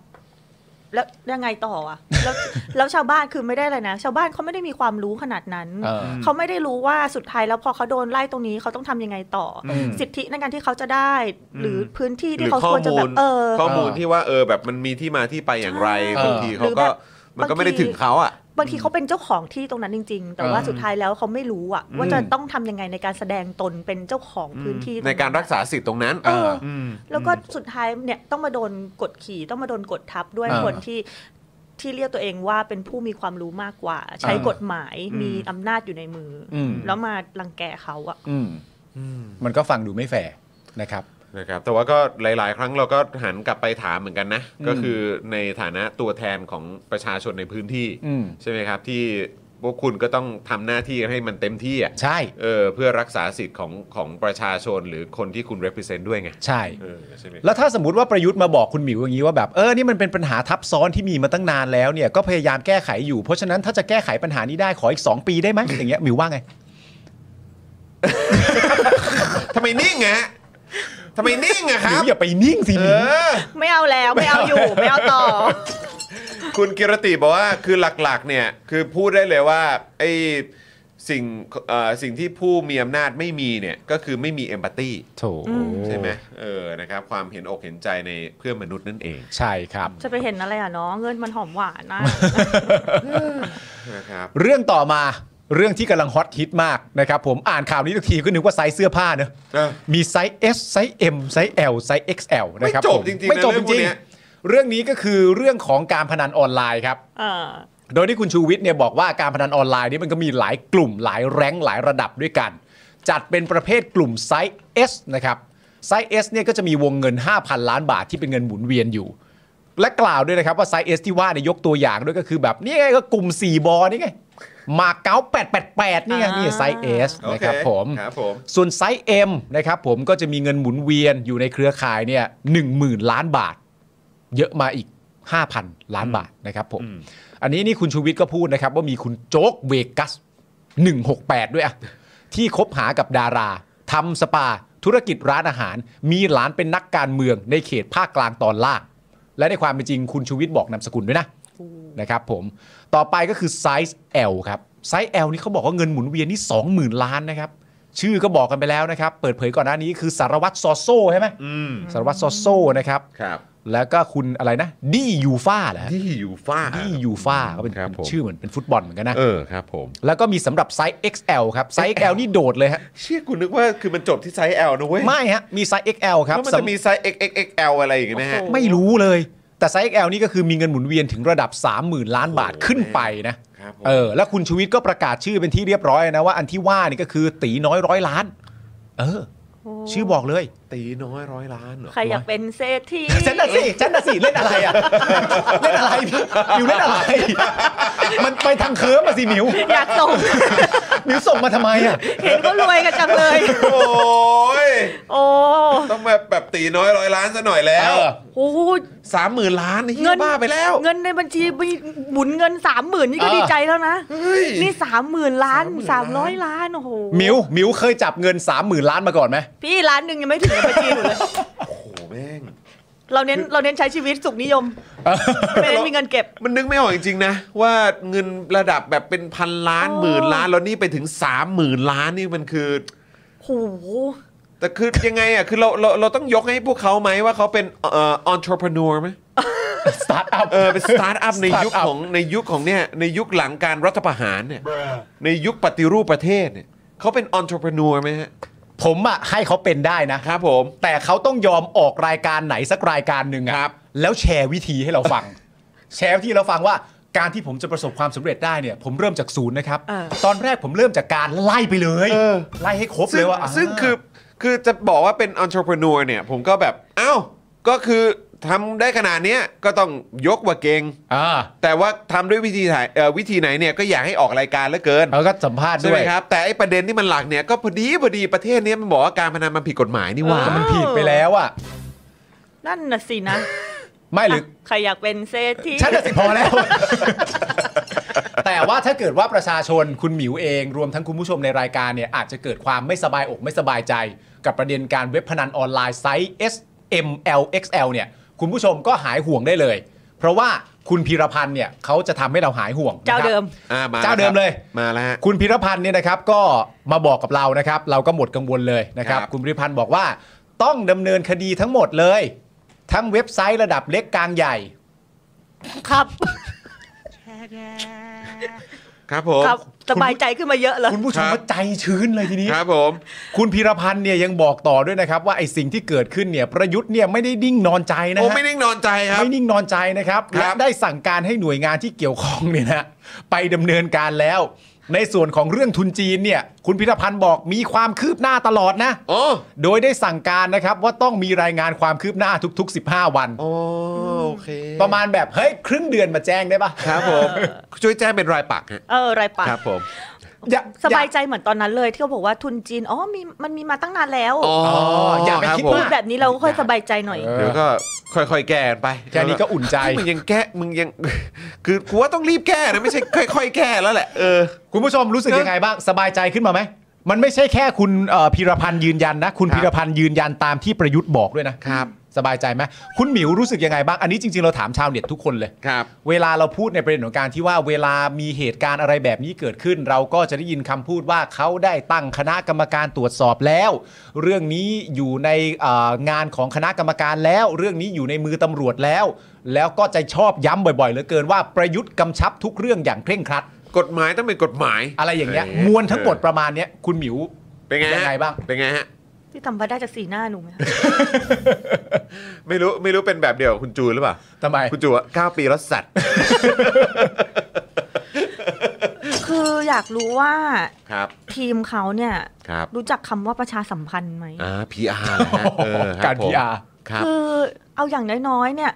B: แล้วยังไงต่ออะแล้วแล้วชาวบ้านคือไม่ได้เลยนะ ชาวบ้านเขาไม่ได้มีความรู้ขนาดนั้น
A: เออ
B: เขาไม่ได้รู้ว่าสุดท้ายแล้วพอเขาโดนไล่ตรงนี้เขาต้องทำยังไงต่ออ
A: ม
B: สิทธิในการที่เขาจะได้ หรือพื้นที่
C: หรื
B: ที่
C: อ
B: เขา
C: ข้อ
B: ควรจะ
C: มู
B: แบ
C: ล
B: บเออ
C: ข้อมูลที่ว่าเออแบบมันมีที่มาที่ไปอย่างไร
A: เออ
C: บางที
B: ห
C: เขาก็
B: รือแบบ
C: มันก็ไม่ได้
B: บางที
C: ถึงเขาอ่ะ
B: บางทีเขาเป็นเจ้าของที่ตรงนั้นจริง ๆ แต่ว่า
A: เออ
B: สุดท้ายแล้วเขาไม่รู้อะว่า
A: อืม
B: จะต้องทำยังไงในการแสดงตนเป็นเจ้าของพื้นที่
C: ในการรักษาสิทธิ์ตรงนั้น
B: เอออ
C: อืม
B: แล้วก็สุดท้ายเนี่ยต้องมาโดนกดขี่ต้องมาโดนกดทับด้วย
A: เออ
B: คนที่ที่เรียกตัวเองว่าเป็นผู้มีความรู้มากกว่า ใช้
A: เออ
B: กฎหมายมีอำนาจอยู่ในมืออ
A: อืม
B: แล้วมารังแกเขาอะ
A: อืมมันก็ฟังดูไม่แฟร์นะครับ
C: นะครับแต่ว่าก็หลาย ๆ ครั้งเราก็หันกลับไปถามเหมือนกันนะ
A: อืม
C: ก็คือในฐานะตัวแทนของประชาชนในพื้นที่
A: อืม
C: ใช่ไหมครับ ที่พวกคุณก็ต้องทำหน้าที่ให้มันเต็มที่อ่ะ
A: ใช่
C: เออเพื่อรักษาสิทธิ์ของของประชาชนหรือคนที่คุณ represent ด้วยไง
A: ใช่
C: เออใช่ไหม
A: แล้วถ้าสมมติว่าประยุทธ์มาบอกคุณหมิวอย่างนี้ว่าแบบเออนี่มันเป็นปัญหาทับซ้อนที่มีมาตั้งนานแล้วเนี่ยก็พยายามแก้ไขอยู่ เพราะฉะนั้นถ้าจะแก้ไขปัญหานี้ได้ขออีก 2 ปีได้ไหมอย่างเงี้ยหมิวว่าไง
C: ทำไมนิ่งอะทำไมนิ่งอะ
A: ห
C: ค
A: มิ
C: รั
A: ว
C: บ
A: อย่าไปนิ่งสิ
C: เอ
A: หมิว
C: อ
B: ไม่เอาแล้วไม่เอาอยู่ ไม่เอาต่อ
C: คุณกิรติบอกว่าคือหลักๆ เนี่ย คือพูดได้เลยว่าไอ้สิ่งเอ่อสิ่งที่ผู้มีอำนาจไม่มีเนี่ย ก็คือไม่มีเอมพัตตี
A: โถ
B: อืม
C: ใช่ไหมเออนะครับ ความเห็นอกเห็นใจในเพื่อนมนุษย์นั่นเอง
A: ใช่ครับ
B: จะไปเห็นอะไรอ่ะเนาะเงินมันหอมหวานนะ
C: นะครับ
A: เรื่องต่อมาเรื่องที่กำลังฮอตฮิตมากนะครับผมอ่านข่าวนี้ทุกทีก็นึกว่าไซส์เสื้อผ้าเนอะ
C: เออ
A: มีไซส์ S ไซส์ M ไซส์ L ไซส์ XL นะครับ
C: ไม่จบ
A: ผ
C: จริงๆ
A: ไม่จบ
C: นะ
A: จ
C: เรื่องพวก
A: ริง
C: เนี้ย
A: ๆเรื่องนี้ก็คือเรื่องของการพนันออนไลน์ครับ
B: เออ
A: โดยที่คุณชูวิทย์เนี่ยบอกว่าการพนันออนไลน์นี่มันก็มีหลายกลุ่มหลายแรงค์หลายระดับด้วยกัน จัดเป็นประเภทกลุ่มไซส์ S นะครับไซส์ S เนี่ยก็จะมีวงเงิน 5,000 ล้านบาทที่เป็นเงินหมุนเวียนอยู่ และกล่าวด้วยนะครับว่าไซส์ S ที่ว่าเนี่ยยกตัวอย่างด้วยก็คือแบบนี่ไงก็กลุ่ม 4 บอนี่ไงมาเก๊า888 นี่ไง
B: อ่านี่
A: นี่ไซส์ S
C: โอเ
A: นะครับผม
C: ครับผม
A: ส่วนไซส์ M นะครับผมก็จะมีเงินหมุนเวียนอยู่ในเครือข่ายเนี่ย10,000 ล้านบาท เยอะมาอีก 5,000 ล้านบาทนะครับผม อันนี้นี่คุณชูวิทย์ก็พูดนะครับ ว่ามีคุณโจ๊กเวกัส 168 ด้วยอะที่คบหากับดาราทำสปา ธุรกิจร้านอาหาร มีหลานเป็นนักการเมืองในเขตภาคกลางตอนล่าง และในความเป็นจริงคุณชูวิทย์บอกนามสกุลด้วยนะ นะครับผมต่อไปก็คือไซส์ L ครับไซส์ L นี่เขาบอกว่าเงินหมุนเวียนนี่ 20,000 ล้านนะครับ ชื่อก็บอกกันไปแล้วนะครับ เปิดเผยก่อนหน้านี้คือสารวัตรซอโซ่ใช่ไหม
C: อืม
A: สารวัตรซอโซ่นะครับ
C: ครับ
A: แล้วก็คุณอะไรนะดียูฟ่าแหละ
C: ที่อยู่ฝ้า
A: ดียูฟ่าก็เป็น
C: ครับผม
A: ชื่อเหมือนเป็นฟุตบอลเหมือนกันนะ
C: เออครับผม
A: แล้วก็มีสำหรับไซส์ XL ครับ ไซส์ XL นี่โดดเลยฮะ
C: เชี่ยกูนึกว่าคือมันจบที่ไซส์ L นะเว้ย
A: ไม่ฮะ มีไซส์ XL ครับ
C: แล้วมัน
A: สำ
C: จะมีไซส์ XXXL อะไรอย่างเงี้ยไหมฮะ
A: ไม่รู้เลย แต่ไซส์ XL นี่ก็คือมีเงินหมุนเวียนถึงระดับ 30,000 ล้านบาทขึ้นไปนะครับ
C: ผม
A: เออแล้วคุณชูวิทย์ก็ประกาศชื่อเป็นที่เรียบร้อยนะว่าอันที่ว่านี่ก็คือตีน้อยร้อยล้าน เออ ชื่อบอกเลย
C: ตีน้อยร้อยล้านเหรอ
B: ใครอยากเป็นเศรษฐี
A: ฉันน่ะสิฉันน่ะสิเล่นอะไรอ่ะเล่นอะไรพี่มิวเล่นอะไร มันไปทางเคิร์มอะสิมิว
B: *laughs* อยากส่ง *laughs*
A: มิวส่งมาทำไมอ่ะ
B: เห็นก็รวยกันจังเลย
C: โอ้ย
B: โอ้
C: ต้องแบบแบบตีน้อยร้อยล้านซะหน่อยแล้ว
A: เออ
B: โห
C: สามหมื่นล้านไอ้เฮี
B: เงิ
C: ย
B: น
C: บ้าไปแล้ว
B: เงินในบัญชีมีหมุนเงินสามหมื่นนี่ก็
A: เออ
B: ดีใจแล้วนะ
C: เฮ้ย
B: นี่สามหมื่นล้าน
C: สา
B: สาม ม
C: หมื่
B: ร้อน ย
C: ล้า
B: ล้าน น โอ้โห
A: มิวมิวเคยจับเงิน 30,000 ล้านมาก่อนไหม
B: พี่ล้านหนึ่งยังไม่ถึงในบัญชีหนูเลย
C: โอ้โหแม่ง
B: เราเน้นเราเน้นใช้ชีวิตสุขนิยมไม่เน้นมีเงินเก็บ
C: มันนึกไม่ออกจริงๆนะ ว่าเงินระดับแบบเป็นพันล้าน
B: โอ้
C: หมื่นล้านแล้วนี่ไปถึงสามหมื่นล้านนี่มันคือ
B: โห
C: แต่คือยังไงอ่ะคือเราเราเราต้องยกให้พวกเขาไหมว่าเขาเป็นเอ่อ entrepreneur ไหม
A: สตาร์ทอัพ
C: เออเป็นสตาร์ทอัพในยุค
A: Startup
C: ของในยุคของเนี่ยในยุคหลังการรัฐประหารเนี่ยในยุคปฏิรูปประเทศเนี่ยเขาเป็น entrepreneur ไหมฮะ
A: ผมอะให้เขาเป็นได้นะ
C: ครับผม
A: แต่เขาต้องยอมออกรายการไหนสักรายการหนึ่งอะ
C: ครับ
A: แล้วแชร์วิธีให้เราฟัง *laughs* แชร์วิธีให้เราฟังว่าการที่ผมจะประสบความสำเร็จได้เนี่ย ผมเริ่มจากศูนย์นะครับ
B: เออ
A: ตอนแรกผมเริ่มจากการไล่ไปเลย
C: เออ
A: ไล่ให้ครบเล
C: ซึ่
A: ย
C: ง
A: ว่า
C: ซึ่ง
A: า
C: คือคือจะบอกว่าเป็น entrepreneur เนี่ย ผมก็แบบ อ้าว ก็คือทำได้ขนาดเนี้ยก็ต้องยกว่าเก่ง
A: อ่า
C: แต่ว่าทำด้วยวิธีไหนเอ่อวิธีไหนเนี่ย ก็อยากให้ออกรายการเหลือเกิน
A: แล้วก็สัมภาษณ์
C: ใช่
A: ด้
C: ไห
A: ว
C: ม
A: ย
C: ครับ แต่ไอ้ประเด็นที่มันหลักเนี่ย ก็พอดีพอดีประเทศเนี้ยมันบอกว่าการพนันมันผิดกฎหมายนี่หว่า
B: เออ
A: มันผิดไปแล้วอะ
B: นั่นน่ะสินะ
A: ไม่หรือ
B: ใครอยากเป็นเศรษฐี
A: ฉันน่ะสิพอแล้ว แต่ว่าถ้าเกิดว่าประชาชนคุณหมิวเองรวมทั้งคุณผู้ชมในรายการเนี่ยอาจจะเกิดความไม่สบายอกไม่สบายใจ กับประเด็นการเว็บพนันออนไลน์ไซต์ SMLXL เนี่ย คุณผู้ชมก็หายห่วงได้เลย เพราะว่าคุณพีรพันธ์เนี่ยเขาจะทำให้เราหายห่วงนะครับ
B: เจ้าเดิม
C: อ่ามา
A: เจ้าเดิมเลย
C: มาแล้วฮะ
A: คุณพิรพันธ์เนี่ยนะครับก็มาบอกกับเรานะครับ เราก็หมดกังวลเลยนะครับ
C: ครับ
A: คุณพิรพันธ์บอกว่าต้องดำเนินคดีทั้งหมดเลย ทั้งเว็บไซต์ระดับเล็กกลางใหญ่
B: ครับ
C: ครับผม
B: ครับสบายใจขึ้นมาเยอะเลย
A: คุณผู้ชม
C: ครั
A: ก็
C: บ
A: ใจชื้นเลยทีนี้
C: ครับผม
A: คุณพีรพันธ์เนี่ยยังบอกต่อด้วยนะครับ ว่าไอ้สิ่งที่เกิดขึ้นเนี่ยประยุทธ์เนี่ยไม่ได้นิ่งนอนใจนะ
C: โอ้
A: ฮะ
C: ไม่นิ่งนอนใจครับ
A: ไม่นิ่งนอนใจนะครับ
C: ครับ
A: และได้สั่งการให้หน่วยงานที่เกี่ยวข้องเนี่ยนะไปดำเนินการแล้ว ในส่วนของเรื่องทุนจีนเนี่ย คุณพิรพันธ์บอกมีความคืบหน้าตลอดนะ
C: อ๋อ
A: โดยได้สั่งการนะครับว่าต้องมีรายงานความคืบหน้าทุก ๆ 15 วัน
C: อ๋อโอเค
A: ประมาณแบบเฮ้ยครึ่งเดือนมาแจ้งได้ปะ
C: ครับผมช่วยแจ้งเป็นรายปักฮะ
B: เออไรายปาก
C: ครับผม
A: อย่
B: สบายใจเหมือนตอนนั้นเลย ที่เขาบอกว่าทุนจีนอ๋อมีมันมีมาตั้งนานแล้ว
C: อ๋อ
A: อ
C: อย่
A: าไปคิด
B: พู
A: มา
B: ด
A: ก
B: แบบนี้เราก็ค่อยสบายใจหน่อย
A: เออ
C: เดี๋ยวก็ค่อยๆ แก้กันไป
A: แค่นี้ก็อุ่นใจ
C: มึงยังแก้มึงยัง *laughs* คือกูว่าต้องรีบแก้นะไม่ใช่ค่อยๆ แก้แล้วแหละเออ
A: คุณผู้ชมรู้สึกยังไงบ้าง สบายใจขึ้นมาไหม มันไม่ใช่แค่คุณเอ่อพีรพันธ์ยืนยันนะ คุณ
C: ครับ
A: พีรพันธ์ยืนยันตามที่ประยุทธ์บอกด้วยนะครับ สบายใจไหมคุณหมิวรู้สึกยังไงบ้าง อันนี้จริง ๆ เราถามชาวเน็ตทุกคนเลย
C: ครับ
A: เวลาเราพูดในประเด็นของการที่ว่าเวลามีเหตุการณ์อะไรแบบนี้เกิดขึ้น เราก็จะได้ยินคำพูดว่าเขาได้ตั้งคณะกรรมการตรวจสอบแล้ว เรื่องนี้อยู่ในเอ่องานของคณะกรรมการแล้ว เรื่องนี้อยู่ในมือตำรวจแล้ว แล้วก็จะชอบย้ำบ่อยๆเหลือเกินว่าประยุทธ์กำชับทุกเรื่องอย่างเคร่งครัด
C: กฎหมายต้องเป็นกฎหมาย
A: อะไรอย่างเงี้ยมวลทั้งหมดประมาณเนี้ยคุณหมิว
C: เป็นไงฮะ
A: ยังไงบ้าง
C: เป็นไงฮะ
B: พี่ทำมาได้จากสีหน้าหนูไหม
C: ไม่รู้ไม่รู้เป็นแบบเดียวกับคุณจูนหรือเปล่า
A: ทำไม
C: คุณจูนอะเก้าปีแล้วสัตว์
B: คืออยากรู้ว่า
C: ครับ
B: ทีมเขาเนี่ย
C: ครับ
B: รู้จักคำว่าประชาสัมพันธ์ไหม
C: อ่า PR นะฮะเออคบ
A: *laughs* การ
C: ผม
A: PR
C: ครับ
B: คือเอาอย่างน้อยๆเนี่ย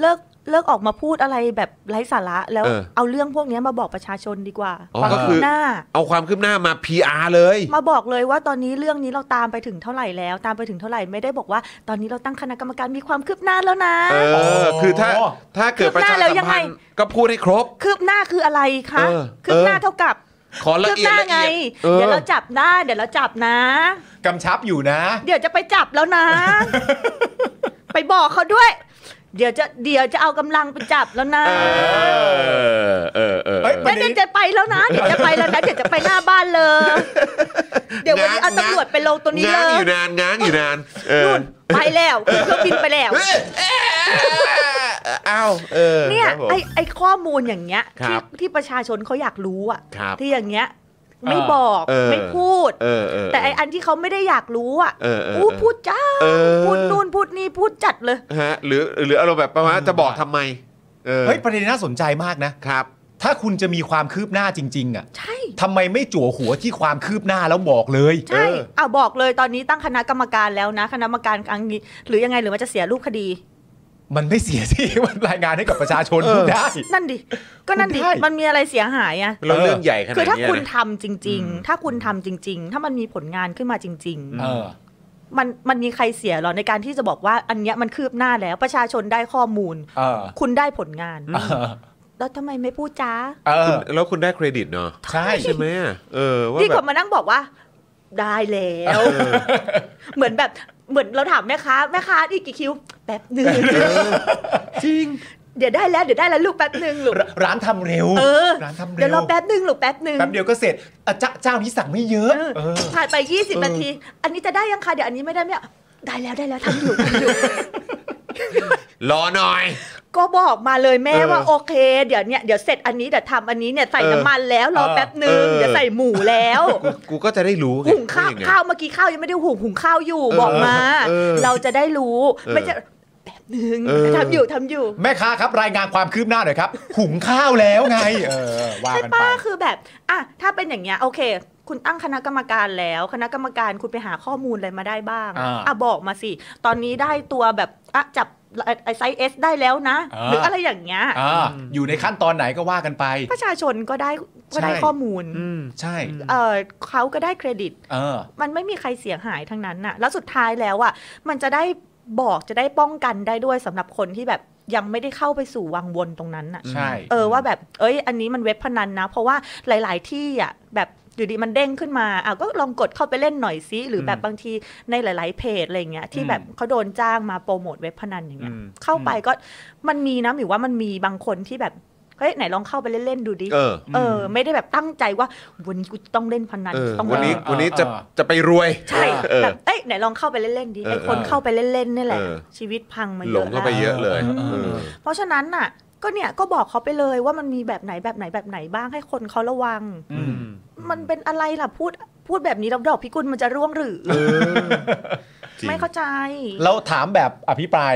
B: เลิกเลิกออกมาพูดอะไรแบบไร้สาระแล้ว
C: เออ
B: เอาเรื่องพวกเนี้ยมาบอกประชาชนดีกว่า
C: อ๋อ
B: ความ
C: ก็คื
B: คื
C: อ
B: บหน้า
C: เอาความคืบหน้ามา PR เลย
B: มาบอกเลยว่าตอนนี้เรื่องนี้เราตามไปถึงเท่าไหร่แล้ว ตามไปถึงเท่าไหร่ไม่ได้บอกว่า ตอนนี้เราตั้งคณะกรรมการมีความคืบหน้าแล้วนะ
C: เออ คือถ้าถ้าเกิดประ
B: คืบห
C: ชา
B: น้าแล้ว
C: สั
B: ยั
C: ม
B: งไง
C: พันธ์ก็พูดให้ครบ
B: คืบหน้าคืออะไรคะ
C: เออ
B: คืบหน้า
C: เออ
B: เท่ากับ
C: ขอละ
B: คืบ
C: เอีย
B: ห
C: ด
B: น้า
C: ละ
B: ไง
C: เอียดออ
B: เดี๋ยวเราจับได้เดี๋ยวเราจับนะ
A: กำชับอยู่นะ
B: เดี๋ยวจะไปจับแล้ว
C: *laughs*
B: นะ ไปบอกเขาด้วย เดี๋ยวจะเดี๋ยวจะเอากำลังไปจับแล้วนะ
C: เออเออเออ
A: เฮ้ย
C: เออ
B: เดี๋ยวจะไปแล้วนะ เดี๋ยวจะไปแล้วนะ เดี๋ยวจะไปหน้าบ้านเลย เดี๋ยววันนี้เอาตำรวจไปลงตรงนี้เล
C: ง้าง
B: ย
C: อยู่นานง้างอยู่นานเออ
B: นู่นไปแล้วขึ้นเครื่องบินไปแล้ว
C: เอ้ยเอ้ยอ้าวเออ
B: เนี่ย
C: ครับผม
B: ไอไอข้อมูลอย่างเงี้ย
C: ครั
B: ที่
C: บ
B: ที่ประชาชนเขาอยากรู้อะ
C: ครับ
B: ที่อย่างเงี้ยไม่บอก
C: เออ
B: ไม่พูด
C: เออเออ
B: แต่ไออันที่เขาไม่ได้อยากรู้อะ
C: เออเออเออ
B: อู้พูดจ้า
C: เออ
B: พูดนู่นพูดนี่พูดจัดเลย
C: ฮะหรือหรืออารมณ์แบบประมาณว่าจะบอกทำไมเออ
A: เฮ้ยประเด็นน่าสนใจมากนะ
C: ครับ
A: ถ้าคุณจะมีความคืบหน้าจริง ๆ อ่ะ
B: ใช่
A: ทำไมไม่จั่วหัวที่ความคืบหน้าแล้วบอกเลย
B: ใช่
A: เออ
B: อ่ะบอกเลยตอนนี้ตั้งคณะกรรมการแล้วนะ คณะกรรมการครั้งนี้ หรือยังไงหรือมันจะเสียรูปคดี
A: มันไม่เสียที่ *laughs* มันรายงานให้กับประชาชน
C: เออ
A: คุณได้
B: นั่นดิก็นั่นดิ
A: คุณได้
B: มันมีอะไรเสียหายอะ
C: แล้วเรื่องใหญ่ขนาด
B: คือถ้า
C: เนี้ย
B: คุณ
C: นะ
B: ทำจริง ๆ ถ้าคุณทำจริง ๆ ถ้ามันมีผลงานขึ้นมาจริง ๆ
A: เออ
B: มันมันมีใครเสียเหรอในการที่จะบอกว่าอันเนี้ยมันคืบหน้าแล้วประชาชนได้ข้อมูล
A: เออ
B: คุณได้ผลงาน
A: เออ
B: แล้วทำไมไม่พูดจ้า
A: เอ
C: คุ
A: อ
C: ณแล้วคุณได้เครดิตเนาะ
A: ใช่
C: ใช่ไหมอะเออว่า
B: ดี
C: แบ
B: ก
C: บ
B: ว่ามานั่งบอกว่า ได้แล้ว
C: *laughs* เออ
B: เหมือนแบบเหมือนเราถามแม่ค้าแม่ค้าอีกกี่คิวแป๊บหนึ่ง
C: จริง
B: เดี๋ยวได้แล้วเดี๋ยวได้แล้วลูกแป๊บหนึ่งลูก
A: รร้านทำเร็ว
B: เออ
A: ร้านทำเร็ว
B: เดี๋ยวรอแป๊บหนึ่งลูกแป๊บหนึ่ง
A: แป๊บเดียวก็เสร็จอ่ะเจ้าเจ้านี้สั่งไม่เยอะเออ
B: ผ่านไป
C: เออ
B: 20 นาที อันนี้จะได้ยังคะเดี๋ยวอันนี้ไม่ได้ไม่เอาได้แล้วได้แล้วทำอยู่ทำอยู่
C: รอหน่อย
B: ก็บอกมาเลยแม่
C: เออ
B: ว่าโอเค เดี๋ยวเนี่ยเดี๋ยวเสร็จอันนี้เดี๋ยวทำอันนี้เนี่ยใส่
C: เออ
B: น้ำมันแล้วรอ
A: เออ
B: แป๊บหนึ่ง
C: เออ
B: เดี๋ยวใส่หมูแล้ว
C: กูกูก็จะได้รู้ไ
B: หุงข้าว
C: ว่ยัไ
B: ข้าวเมื่อกี้ข้าวยังไม่ได้หุงหุงข้าวอยู่
C: เออ
B: บอกมา
C: เออ
B: เราจะได้รู้
C: เออ
B: ไม่จะแป๊บหนึ่ง
C: เออ
B: ทำอยู่ทำอยู่
A: แม่ค้าครับรายงานความคืบหน้าหน่อยครับ หุงข้าวแล้วไง เออว่า
B: ใช่
A: กันไป
B: ป้าคือแบบอ่ะถ้าเป็นอย่างเงี้ยโอเค คุณตั้งคณะกรรมการแล้ว คณะกรรมการคุณไปหาข้อมูลอะไรมาได้บ้าง
A: อ่า
B: อ่ะบอกมาสิ ตอนนี้ได้ตัวแบบอ่ะจับไอไซส์เอสได้แล้วนะ
A: อ่า
B: หรืออะไรอย่างเงี้ย
A: อ่าอยู่ในขั้นตอนไหนก็ว่ากันไป
B: ประชาชนก็ได้ก็ได้
A: ใช่
B: ข้อมูล
C: อืม
A: ใช่
B: เออเขาก็ได้เครดิต
A: เออ
B: มันไม่มีใครเสียหายทั้งนั้นน่ะ แล้วสุดท้ายแล้วอ่ะมันจะได้บอกจะได้ป้องกันได้ด้วยสำหรับคนที่แบบยังไม่ได้เข้าไปสู่วังวนตรงนั้นน่ะ
A: ใช่
B: เออว่าแบบเอ้ย อันนี้มันเว็บพนันนะ เพราะว่าหลาย ๆ ที่อ่ะแบบอยู่ดีมันเด้งขึ้นมาอ่ะก็ลองกดเข้าไปเล่นหน่อยซิหรืออแบบบางทีในหลาย ๆ เพจอะไรเงี้ยที่
A: อืม
B: แบบเขาโดนจ้างมาโปรโมทเว็บพนันอย่างเงี้ย
C: อืม
B: เข้าไปก็มันมีนะหรือว่ามันมีบางคนที่แบบเฮ้ยไหนลองเข้าไปเล่นๆดูดิ
C: เออ
B: เออไม่ได้แบบตั้งใจว่าวันนี้กูต้องเล่นพนัน
C: เออ
B: ต้อง
C: วันนี้
A: เออ
C: วันนี้จะ
A: เออ
C: จะไปรวย
B: ใช่
C: เออ
B: แบบเอ้ยไหนลองเข้าไปเล่นๆดิไอ
C: เออ
B: คนเข้าไปเล่นๆนี่แหละ
C: เออ
B: ชีวิตพังมาเย
C: หล
B: อะ
C: ง
B: แล้
C: เข้าไป
B: ว
C: เยอะเลย
A: เออ
C: เออ
B: เพราะฉะนั้นน่ะ ก็เนี่ยก็บอกเขาไปเลยว่ามันมีแบบไหนแบบไหนแบบไหนบ้างให้คนเขาระวัง
A: อืม
B: มันเป็นอะไรล่ะพูดพูดแบบนี้แล้วดอกพิกุลมันจะร่วงหรือ
C: จริง
B: ไม่เข้าใจ
A: เราถามแบบอภิปราย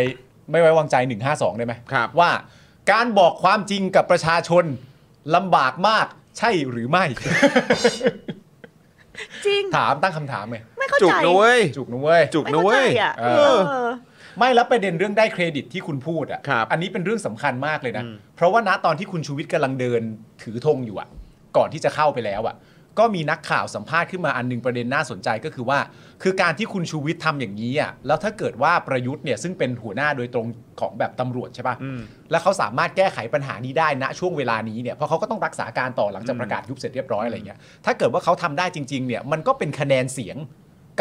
A: ไม่ไว้วางใจ 152 ได้ไหม
C: ครับ
A: ว่าการบอกความจริงกับประชาชนลำบากมากใช่หรือไม่
B: จริง
A: ถามตั้งคำถามไง
B: ไม่เข้า
C: จุก
B: ใจ
C: นะเว้ย
A: จุกนะเว้ย
C: จุก
B: ไม่
C: นะ
B: เข้า
C: เว้
B: ใจ
C: ย
B: อ่ะ
A: เอ
B: เอ
A: อ
B: อ
A: ไม่แล้วประเด็นเรื่องได้เครดิตที่คุณพูดอ่ะ
C: ครับ
A: อันนี้เป็นเรื่องสำคัญมากเลยนะ
C: อืม
A: เพราะว่าณตอนที่คุณชูวิทย์กำลังเดินถือธงอยู่อ่ะ ก่อนที่จะเข้าไปแล้วอ่ะ ก็มีนักข่าวสัมภาษณ์ขึ้นมาอันหนึงประเด็นน่าสนใจก็คือว่า คือการที่คุณชูวิทย์ทำอย่างนี้อ่ะ แล้วถ้าเกิดว่าประยุทธ์เนี่ยซึ่งเป็นหัวหน้าโดยตรงของแบบตำรวจใช่ปะ
C: อืม
A: แล้วเขาสามารถแก้ไขปัญหานี้ได้ณช่วงเวลานี้เนี่ยเพราะเขาก็ต้องรักษาการต่อหลังจากประกาศยุบเสร็จเรียบร้อยอะไรเงี้ยถ้าเกิดว่าเขาทำได้จริง ๆ เนี่ย มันก็เป็นคะแนนเสียง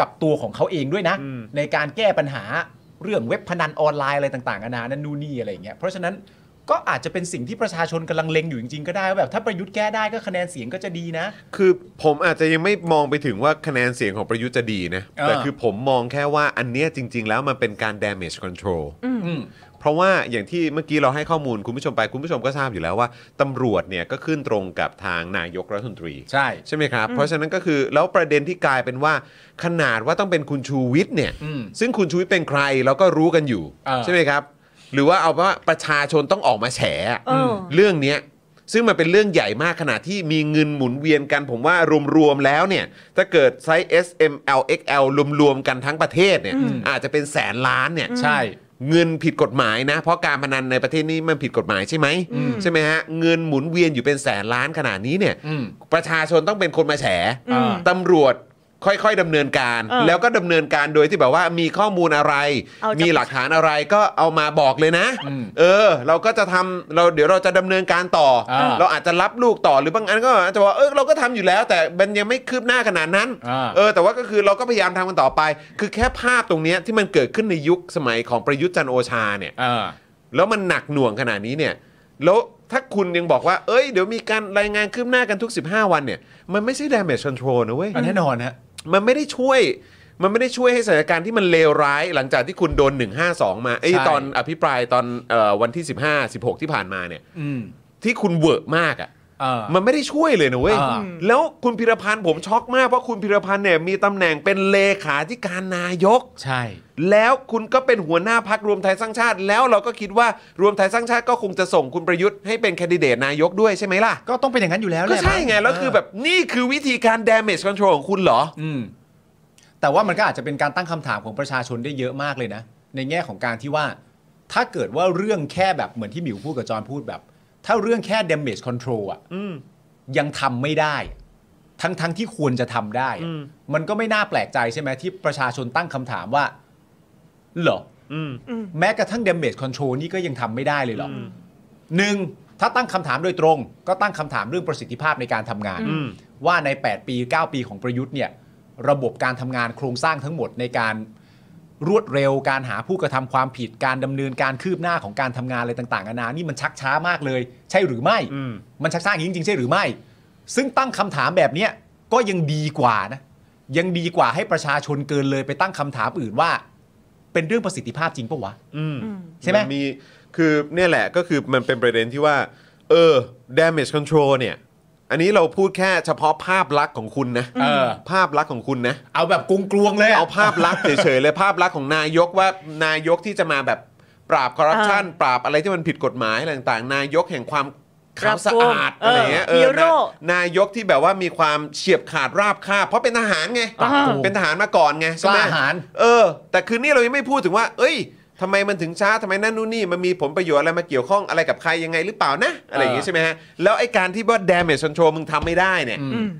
A: กับตัวของเขาเองด้วยนะ
C: อืม
A: ในการแก้ปัญหาเรื่องเว็บพนันออนไลน์อะไรต่างๆนานานั่นนู่นนี่อะไรเงี้ยเพราะฉะนั้นก็อาจจะเป็นสิ่งที่ประชาชนกำลังเลงอยู่จริงๆก็ได้ว่าแบบถ้าประยุทธ์แก้ได้ก็คะแนนเสียงก็จะดีนะ
C: คือผมอาจจะยังไม่มองไปถึงว่าคะแนนเสียงของประยุทธ์จะดีนะ
A: เออ
C: แต่คือผมมองแค่ว่าอันเนี้ยจริง ๆ แล้วมันเป็นการ damage control
A: อืม
C: เพราะว่าอย่างที่เมื่อกี้เราให้ข้อมูลคุณผู้ชมไปคุณผู้ชมก็ทราบอยู่แล้วว่าตำรวจเนี่ยก็ขึ้นตรงกับทางนายกรัฐมนตรี
A: ใช่
C: ใช่ไหมครับ เพราะฉะนั้นก็คือแล้วประเด็นที่กลายเป็นว่า ขนาดว่าต้องเป็นคุณชูวิทย์เนี่ย
A: อืม
C: ซึ่งคุณชูวิทย์เป็นใครเราก็รู้กันอยู่
A: เออ
C: ใช่ไหมครับ หรือว่าเอาว่าประชาชนต้องออกมาแฉอะ
B: เออ
C: เรื่องเนี้ยซึ่งมันเป็นเรื่องใหญ่มากขนาดที่มีเงินหมุนเวียนกัน ผมว่ารวมๆแล้วเนี่ย ถ้าเกิดไซส์ S M L X L รวมๆกันทั้งประเทศเนี่ยอาจจะเป็นแสนล้านเนี่ย
A: ใช่
C: เงินผิดกฎหมายนะ เพราะการพนันในประเทศนี้มันผิดกฎหมายใช่ไหม
B: อืม
C: ใช่ไหมฮะเงินหมุนเวียนอยู่เป็นแสนล้านขนาดนี้เนี่ย
A: อืม
C: ประชาชนต้องเป็นคนมาแฉ
B: อืม
C: ตำรวจค่อยๆดำเนินการ
B: เออ
C: แล้วก็ดำเนินการโดยที่แบบว่ามีข้อมูลอะไร
B: เอาจาก
C: มีหลักฐานอะไรก็เอามาบอกเลยนะ
A: อืม
C: เออ เราก็จะทำเราเดี๋ยวเราจะดำเนินการต่อ
A: อ่า
C: เราอาจจะรับลูกต่อหรือบางอันก็อาจจะว่าเออเราก็ทำอยู่แล้ว แต่มันยังไม่คืบหน้าขนาดนั้น
A: อ่า
C: เออ แต่ว่าก็คือเราก็พยายามทำกันต่อไป คือแค่ภาพตรงเนี้ยที่มันเกิดขึ้นในยุคสมัยของประยุทธ์จันทร์โอชาเนี่ย
A: เออ
C: แล้วมันหนักหน่วงขนาดนี้เนี่ย แล้วถ้าคุณยังบอกว่า เอ้ย เดี๋ยวมีการรายงานคืบหน้ากันทุก 15 วันเนี่ย มันไม่ใช่ damage control นะเว้ย
A: แน่นอนฮะ
C: มันไม่ได้ช่วย มันไม่ได้ช่วยให้สถานการณ์ที่มันเลวร้าย หลังจากที่คุณโดน 152 มาไอ้ย
A: ใช่
C: ตอนอภิปรายตอนเอ่อวันที่ 15 16 ที่ผ่านมาเนี่ย
A: อืม
C: ที่คุณเวิร์กมากอ่ะ
A: เออ
C: มันไม่ได้ช่วยเลยนะเว้ย
A: อ่า
C: แล้วคุณพิรพันธ์ผมช็อกมากเพราะคุณพิรพันธ์เนี่ยมีตำแหน่งเป็นเลขาธิการนายก
A: ใช่
C: แล้วคุณก็เป็นหัวหน้าพักรวมไทยสร้างชาติ แล้วเราก็คิดว่ารวมไทยสร้างชาติก็คงจะส่งคุณประยุทธ์ให้เป็นแคนดิเดตนายกด้วยใช่ไหมล่ะ
A: ก็ต้องเป็นอย่างนั้นอยู่แล้วแห
C: ก็
A: ละ
C: ใช่ไง แล้วคือแบบนี่คือวิธีการ damage control ของคุณเหรอ
A: อืม แต่ว่ามันก็อาจจะเป็นการตั้งคำถามของประชาชนได้เยอะมากเลยนะ ในแง่ของการที่ว่า ถ้าเกิดว่าเรื่องแค่แบบเหมือนที่หมิวพูดกับจอห์นพูดแบบ ถ้าเรื่องแค่ damage control อ่ะยังทำไม่ได้ ทั้งทั้งที่ควรจะทำได้อะมันก็ไม่น่าแปลกใจใช่ไหมที่ประชาชนตั้งคำถามว่าเหรอ
B: อืม
A: แม้กระทั่ง damage control นี่ก็ยังทำไม่ได้เลยเหรออหนึ่งถ้าตั้งคำถามโดยตรง ก็ตั้งคำถามเรื่องประสิทธิภาพในการทำงาน
B: อืม
A: ว่าใน 8 ปี 9 ปีของประยุทธ์เนี่ย ระบบการทำงานโครงสร้างทั้งหมดในการรวดเร็วการหาผู้กระทำความผิดการดำเนินการคืบหน้าของการทำงานอะไรต่างๆนานานี่มันชักช้ามากเลย ใช่หรือไม่ มันชักช้าอย่างนี้จริงๆใช่หรือไม่ ซึ่งตั้งคำถามแบบเนี้ยก็ยังดีกว่านะยังดีกว่าให้ประชาชนเกินเลยไปตั้งคำถามอื่นว่า เป็นเรื่องประสิทธิภาพจริงปะวะ
B: อืม
A: ใช่ไหม
C: นมีคือเนี่ยแหละก็คือมันเป็นประเด็นที่ว่า เออ damage control เนี่ย อันนี้เราพูดแค่เฉพาะภาพลักษณ์ของคุณนะ
A: เออ
C: ภาพลักษณ์ของคุณนะ
A: เอาแบบกรุงกลวงเลยะ
C: เอาภาพลักษณ์เฉยๆเลยภาพลักษณ์ของนายกว่านายกที่จะมาแบบปราบคอร์รัปชันปราบอะไรที่มันผิดกฎหมายอะไรต่างๆ นายกแห่งความขาวสะอาด
B: เออ
C: อะไรเงี้ยเอ
B: ฮี
C: อ
B: โร่
C: นะนายกที่แบบว่ามีความเฉียบขาดราบคาบเพราะเป็นทหารไง
A: ปากโกง
C: เป็นทหารมาก่อนไงใช่ไหม
A: กล้าหาญ
C: เออ แต่คืนนี้เรายังไม่พูดถึงว่า เอ้ยทำไมมันถึงช้าทำไมนั่นนู่นนี่มันมีผลประโยชน์อะไรมาเกี่ยวข้องอะไรกับใครยังไงหรือเปล่านะอะไรอย่างงี้ใช่ไหมฮะแล้วไอ้การที่ว่า damage control มึงทำไม่ได้เนี่ย
A: อืม
B: อืม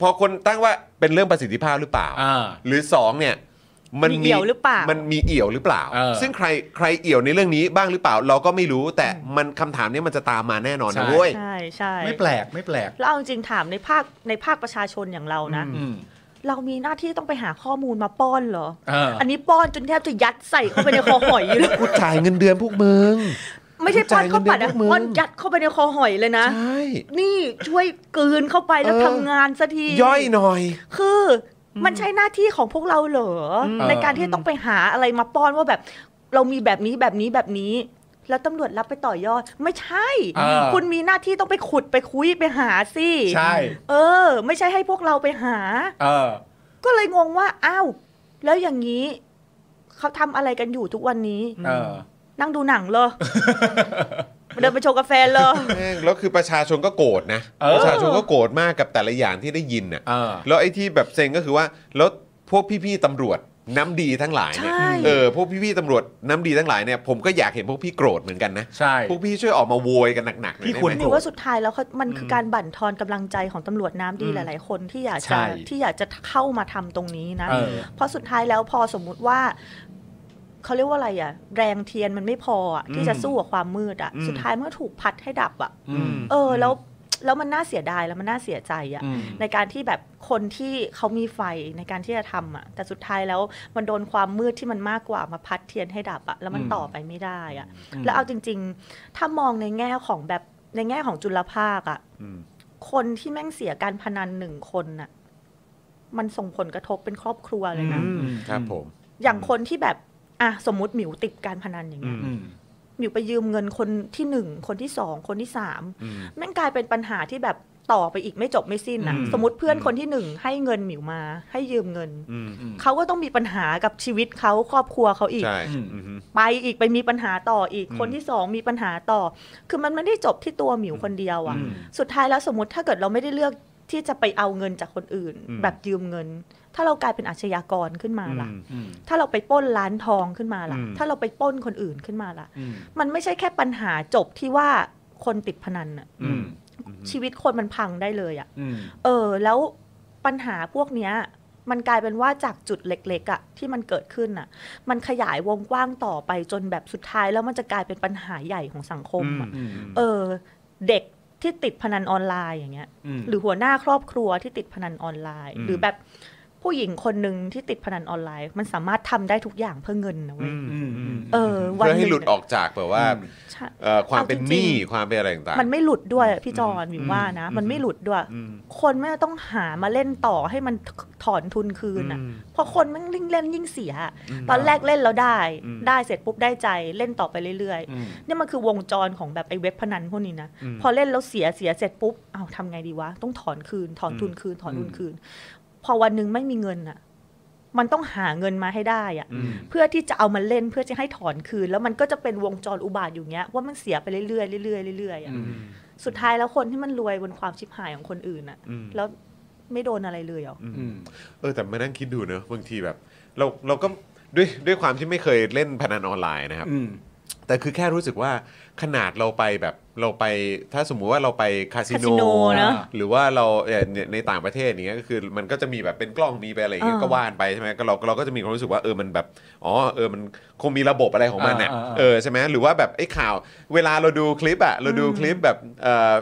C: พอคนตั้งว่าเป็นเรื่องประสิทธิภาพหรือเปล่า
A: อ่า
C: หรือสองเนี่ยมัน
B: มีเอี่ยวหรือเปล่ามั
C: นมีเอี่ยวหรือเปล่า
A: เออ
C: ซึ่งใครใครเอี่ยวในเรื่องนี้บ้างหรือเปล่า เราก็ไม่รู้แต่มันคำถามเนี้มันจะตามมาแน่นอน
A: ใช่
C: นะเว้ย
B: ใช่ใช่
A: ไม่แปลกไม่แปลก
B: แล้วเอาจริงๆถามในภาคในภาคประชาชนอย่างเรานะ
A: อืม
B: เรามีหน้าที่ต้องไปหาข้อมูลมาป้อนเหรอ
A: เออ
B: อันนี้ป้อนจนแทบจะยัดใส่เข้าไปในคอหอยอยู่
C: *laughs*
B: เลย
C: กูจ่ายเงินเดือนพวกมึง
B: ไม่ใช่ป้อนเข้าไป
C: จ่ายเงินเดือนพว
B: นะ
C: กมึง
B: ป้อนยัดเข้าไปในคอหอยเลยนะ
C: ใช่
B: นี่ช่วยกลืนเข้าไปแล้วทำงานสักที
C: ย่อยหน่อย
B: คืออมันใช่หน้าที่ของพวกเราเหรออในการที่ต้องไปหาอะไรมาป้อนว่าแบบ เรามีแบบนี้แบบนี้แบบนี้ แล้วตำรวจรับไปต่อยอด ไม่ใช่
A: เออ
B: คุณมีหน้าที่ต้องไปขุดไปคุยไปหาสิ
A: ใช่
B: เออ ไม่ใช่ให้พวกเราไปหา
A: เออ
B: ก็เลยงงว่าอ้าวแล้วอย่างนี้เขาทำอะไรกันอยู่ทุกวันนี้
A: เออ
B: นั่งดูหนังเลยเดินไปชงกาแฟเลย
C: แม่งแล้วคือประชาชนก็โกรธนะ
A: เออ
C: ประชาชนก็โกรธมากกับแต่ละอย่างที่ได้ยินน่ะ
A: เออ
C: แล้วไอ้ที่แบบเซ็งก็คือว่า แล้วพวกพี่ๆตำรวจน้ำดีทั้งหลายเนี่ย
B: ใช่
C: เออพวกพี่ๆตำรวจน้ำดีทั้งหลายเนี่ยผมก็อยากเห็นพวกพี่โกรธเหมือนกันนะ
A: ใช่
C: พวกพี่ช่วยออกมาโวยกันหนักๆหน่อย
A: พี่
C: ได้
A: ควร
C: ไหม
B: หรือว่าสุดท้ายแล้วเขามันคือการบั่นทอนกำลังใจของตำรวจน้ำดีหลาย ๆ คนที่อยาก
A: ใช่
B: จะที่อยากจะเข้ามาทำตรงนี้นะ
A: เออ
B: เพราะสุดท้ายแล้วพอสมมุติว่าเขาเรียกว่าอะไรอะแรงเทียนมันไม่พออะที่จะสู้กับความมืดอะ
C: อืม
B: สุดท้ายมันก็ถูกพัดให้ดับอะ
A: อืม
B: เออแล้วแล้วมันน่าเสียดายแล้วมันน่าเสียใจอะ
A: อืม
B: ในการที่แบบคนที่เขามีไฟในการที่จะทำอ่ะ แต่สุดท้ายแล้วมันโดนความมืดที่มันมากกว่ามาพัดเทียนให้ดับอ่ะ แล้วมัน
A: อืม
B: ต่อไปไม่ได้อ่ะ
A: อืม
B: แล้วเอาจริง ๆ ถ้ามองในแง่ของแบบในแง่ของจุลภาคอ่ะคนที่แม่งเสียการพนันหนึ่งคนน่ะ มันส่งผลกระทบเป็นครอบครัวเลยนะ
C: อืมครับผม
B: อย่างคนที่แบบอ่ะสมมติหมิวติดการพนันอย่างเงี้ย
A: อืม
B: หมิวไปยืมเงินคนที่หนึ่งคนที่สองคนที่สาม
C: อืม
B: แม่งกลายเป็นปัญหาที่แบบต่อไปอีกไม่จบไม่สิ้นนะ
A: อืม
B: สมมติเพื่อนคนที่หนึ่งให้เงินหมิวมา ให้ยืมเงิน
C: อืม
A: อืม
B: เขาก็ต้องมีปัญหากับชีวิตเขาครอบครัวเขาอีก
C: ใช่
A: อืม
C: อืม
B: ไปอีกไปมีปัญหาต่ออีก
C: อืม
B: คนที่สองมีปัญหาต่อ คือมันไม่ได้จบที่ตัวหมิวคนเดียวอะ่ะ
A: อืม
B: สุดท้ายแล้วสมมติถ้าเกิดเราไม่ได้เลือกที่จะไปเอาเงินจากคนอื่น
C: อืม
B: แบบยืมเงิน ถ้าเรากลายเป็นอาชญากรขึ้นมา
C: อื
B: ล่ะ
C: ม
A: อืม
B: ถ้าเราไปปล้นร้านทองขึ้นมาล่ะ
C: อืม
B: ถ้าเราไปปล้นคนอื่นขึ้นมาล่ะ
A: อืม
B: มันไม่ใช่แค่ปัญหาจบที่ว่าคนติดพนันอะ
A: อืม
B: ชีวิตคนมันพังได้เลยอะ
A: อืม
B: เออ แล้วปัญหาพวกเนี้ย มันกลายเป็นว่าจากจุดเล็ก ๆอะที่มันเกิดขึ้นอะมันขยายวงกว้างต่อไปจนแบบสุดท้ายแล้วมันจะกลายเป็นปัญหาใหญ่ของสังคมอะ
A: อืม
B: เออ เด็กที่ติดพนันออนไลน์อย่างเงี้ย
A: อืม
B: หรือหัวหน้าครอบครัวที่ติดพนันออนไลน์
C: อืม
B: หรือแบบ ผู้หญิงคนหนึ่งที่ติดพนันออนไลน์ มันสามารถทำได้ทุกอย่างเพื่อเงินนะเว้ย
A: อืมอืม
B: เออวัน
C: เพื่อให้หลุดออกจากแบบว่า
A: อืม
B: ใช่
C: เอ่อความเป็น
B: เอาจริงๆ
C: หนี้ความเป็นอะไรต่างๆ
B: มันไม่หลุดด้วยพี่จอนวิวว่านะ
C: อืม
B: มันไม่หลุดด้วย คนไม่ต้องหามาเล่นต่อให้มันถอนทุนคืนอ่ะเพราะคนมันยิ่งเล่นยิ่งเสีย ตอนแรกเล่นแล้วได้ ได้เสร็จปุ๊บได้ใจเล่นต่อไปเรื่อย
A: อืม
B: ๆเนี่ยมันคือวงจรของแบบไอ้เว็บพนันพวกนี้นะพอเล่นแล้วเสียเสียเสร็จปุ๊บเอาทำไงดีวะต้องถอนคืน ถอนทุนคืน ถอนทุนคืน พอวันหนึ่งไม่มีเงินอ่ะ มันต้องหาเงินมาให้ได้อ่ะ เพื่อที่จะเอามาเล่นเพื่อจะให้ถอนคืน แล้วมันก็จะเป็นวงจรอุบาทอยู่เงี้ยว่ามันเสียไปเรื่อยๆเรื่อยๆเรื่อยๆอะสุดท้ายแล้วคนที่มันรวยบนความชิบหายของคนอื่นอะแล้วไม่โดนอะไรเลยเหรออ
A: อืม
C: เออแต่มานั่งคิดดูเนอะบางทีแบบ เราเราก็ด้วยด้วยความที่ไม่เคยเล่นพนันออนไลน์นะครับ
A: อืม
C: แต่คือแค่รู้สึกว่าขนาดเราไปแบบเราไปถ้าสมมุติว่าเราไปคาสิ
B: คาสิโนนะ
A: อ่า
C: หรือว่าเราเอ่อเนี่ยในต่างประเทศอย่างเนี้ยก็คือมันก็จะมีแบบเป็นกล้องมีไปนอะไรอย่างเงี้ย
B: อ่า
C: ก็ว่านไปใช่ไหมก็เราเราก็จะมีความรู้สึกว่าเออมันแบบอ๋อเออมันคงมีระบบอะไรของมันเนี่ย
A: อ่าอ่า
C: เออใช่ไหมหรือว่าแบบไอ้ข่าวเวลาเราดูคลิปอะเราดูคลิปแบบเอ่อ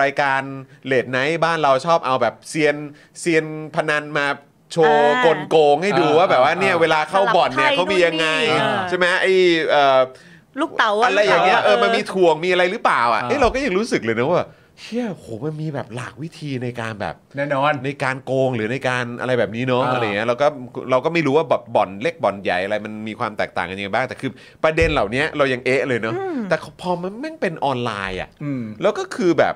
C: รายการเลดไนท์บ้านเราชอบเอาแบบเซียนเซียนพนันมาโชว์กลโกงให้ดูว่าแบบว่าเนี่ย
A: อ่า
C: เวลาเข้าบ่อนเนี่ยเขามียังไง
B: สลับไพ่นู่นนี่อ่า
C: ใช่ไหมไอ้เอ่อ
B: ลูกเต๋า
C: อะไรอย่างเงี้ยเออมันมีถ่วงมีอะไรหรือเปล่าอ่ะ
A: อ่า
C: เอ้เราก็ยังรู้สึกเลยนะว่าเชี่ยโหมันมีแบบหลากวิธีในการแบบ
A: แน่นอน
C: ในการโกงหรือในการอะไรแบบนี้เนาะ
A: อ่า
C: อะไรเงี้ยเราก็เราก็ไม่รู้ว่าแบบบ่อนเล็กบ่อนใหญ่อะไรมันมีความแตกต่างกันยังไงบ้างแต่คือประเด็นเหล่านี้เรายังเอะเลยเนาะแต่พอมันแม่งเป็นออนไลน์อ่ะ
A: อืม
C: แล้วก็คือแบบ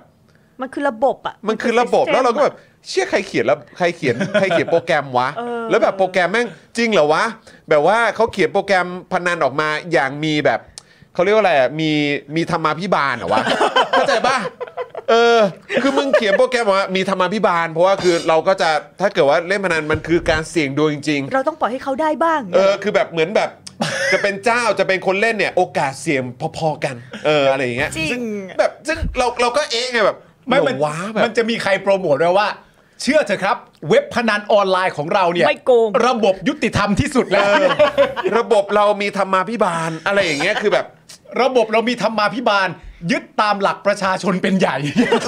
B: มันคือระบบอะ
C: มันคือระบบ
B: ซิสต็ม
C: แล้วเราก็แบบเชี่ยใครเขียนแล้วใครเขียน ใครเขียนโปรแกรมวะ
B: เออ
C: แล้วแบบโปรแกรมแม่งจริงเหรอวะแบบว่าเขาเขียนโปรแกรมพนันออกมาอย่างมีแบบเขาเรียกว่าอะไรอะมีมีธรรมาภิบาลเหรอวะ *laughs* เข้าใจป่ะเออ คือมึงเขียนโปรแกรมออกมามีธรรมาภิบาล เพราะว่าคือเราก็จะถ้าเกิดว่าเล่นพนันมันคือการเสี่ยงดวงจริง ๆ
B: เราต้องปล่อยให้เขาได้บ้าง
C: เออคือแบบเหมือนแบบ จะเป็นเจ้าจะเป็นคนเล่นเนี่ย โอกาสเสี่ยงพอๆกัน เอออะไรอย่างเงี้ย
B: จริง
C: แบบซึ่งเราเราก็เอ๊ะไงแบบ
A: ไม่มัน
C: เหรอว้าแบบ
A: มันจะมีใครโปรโมทไว้ว่า เชื่อเถอะครับ เว็บพนันออนไลน์ของเราเนี่ย
B: ไม่โกง
A: ระบบยุติธรรมที่สุดแล้ว
C: เออระบบเรามีธรรมาภิบาลอะไรอย่างเงี้ยคือแบบ
A: ระบบเรามีธรรมาภิบาล ยึดตามหลักประชาชนเป็นใหญ่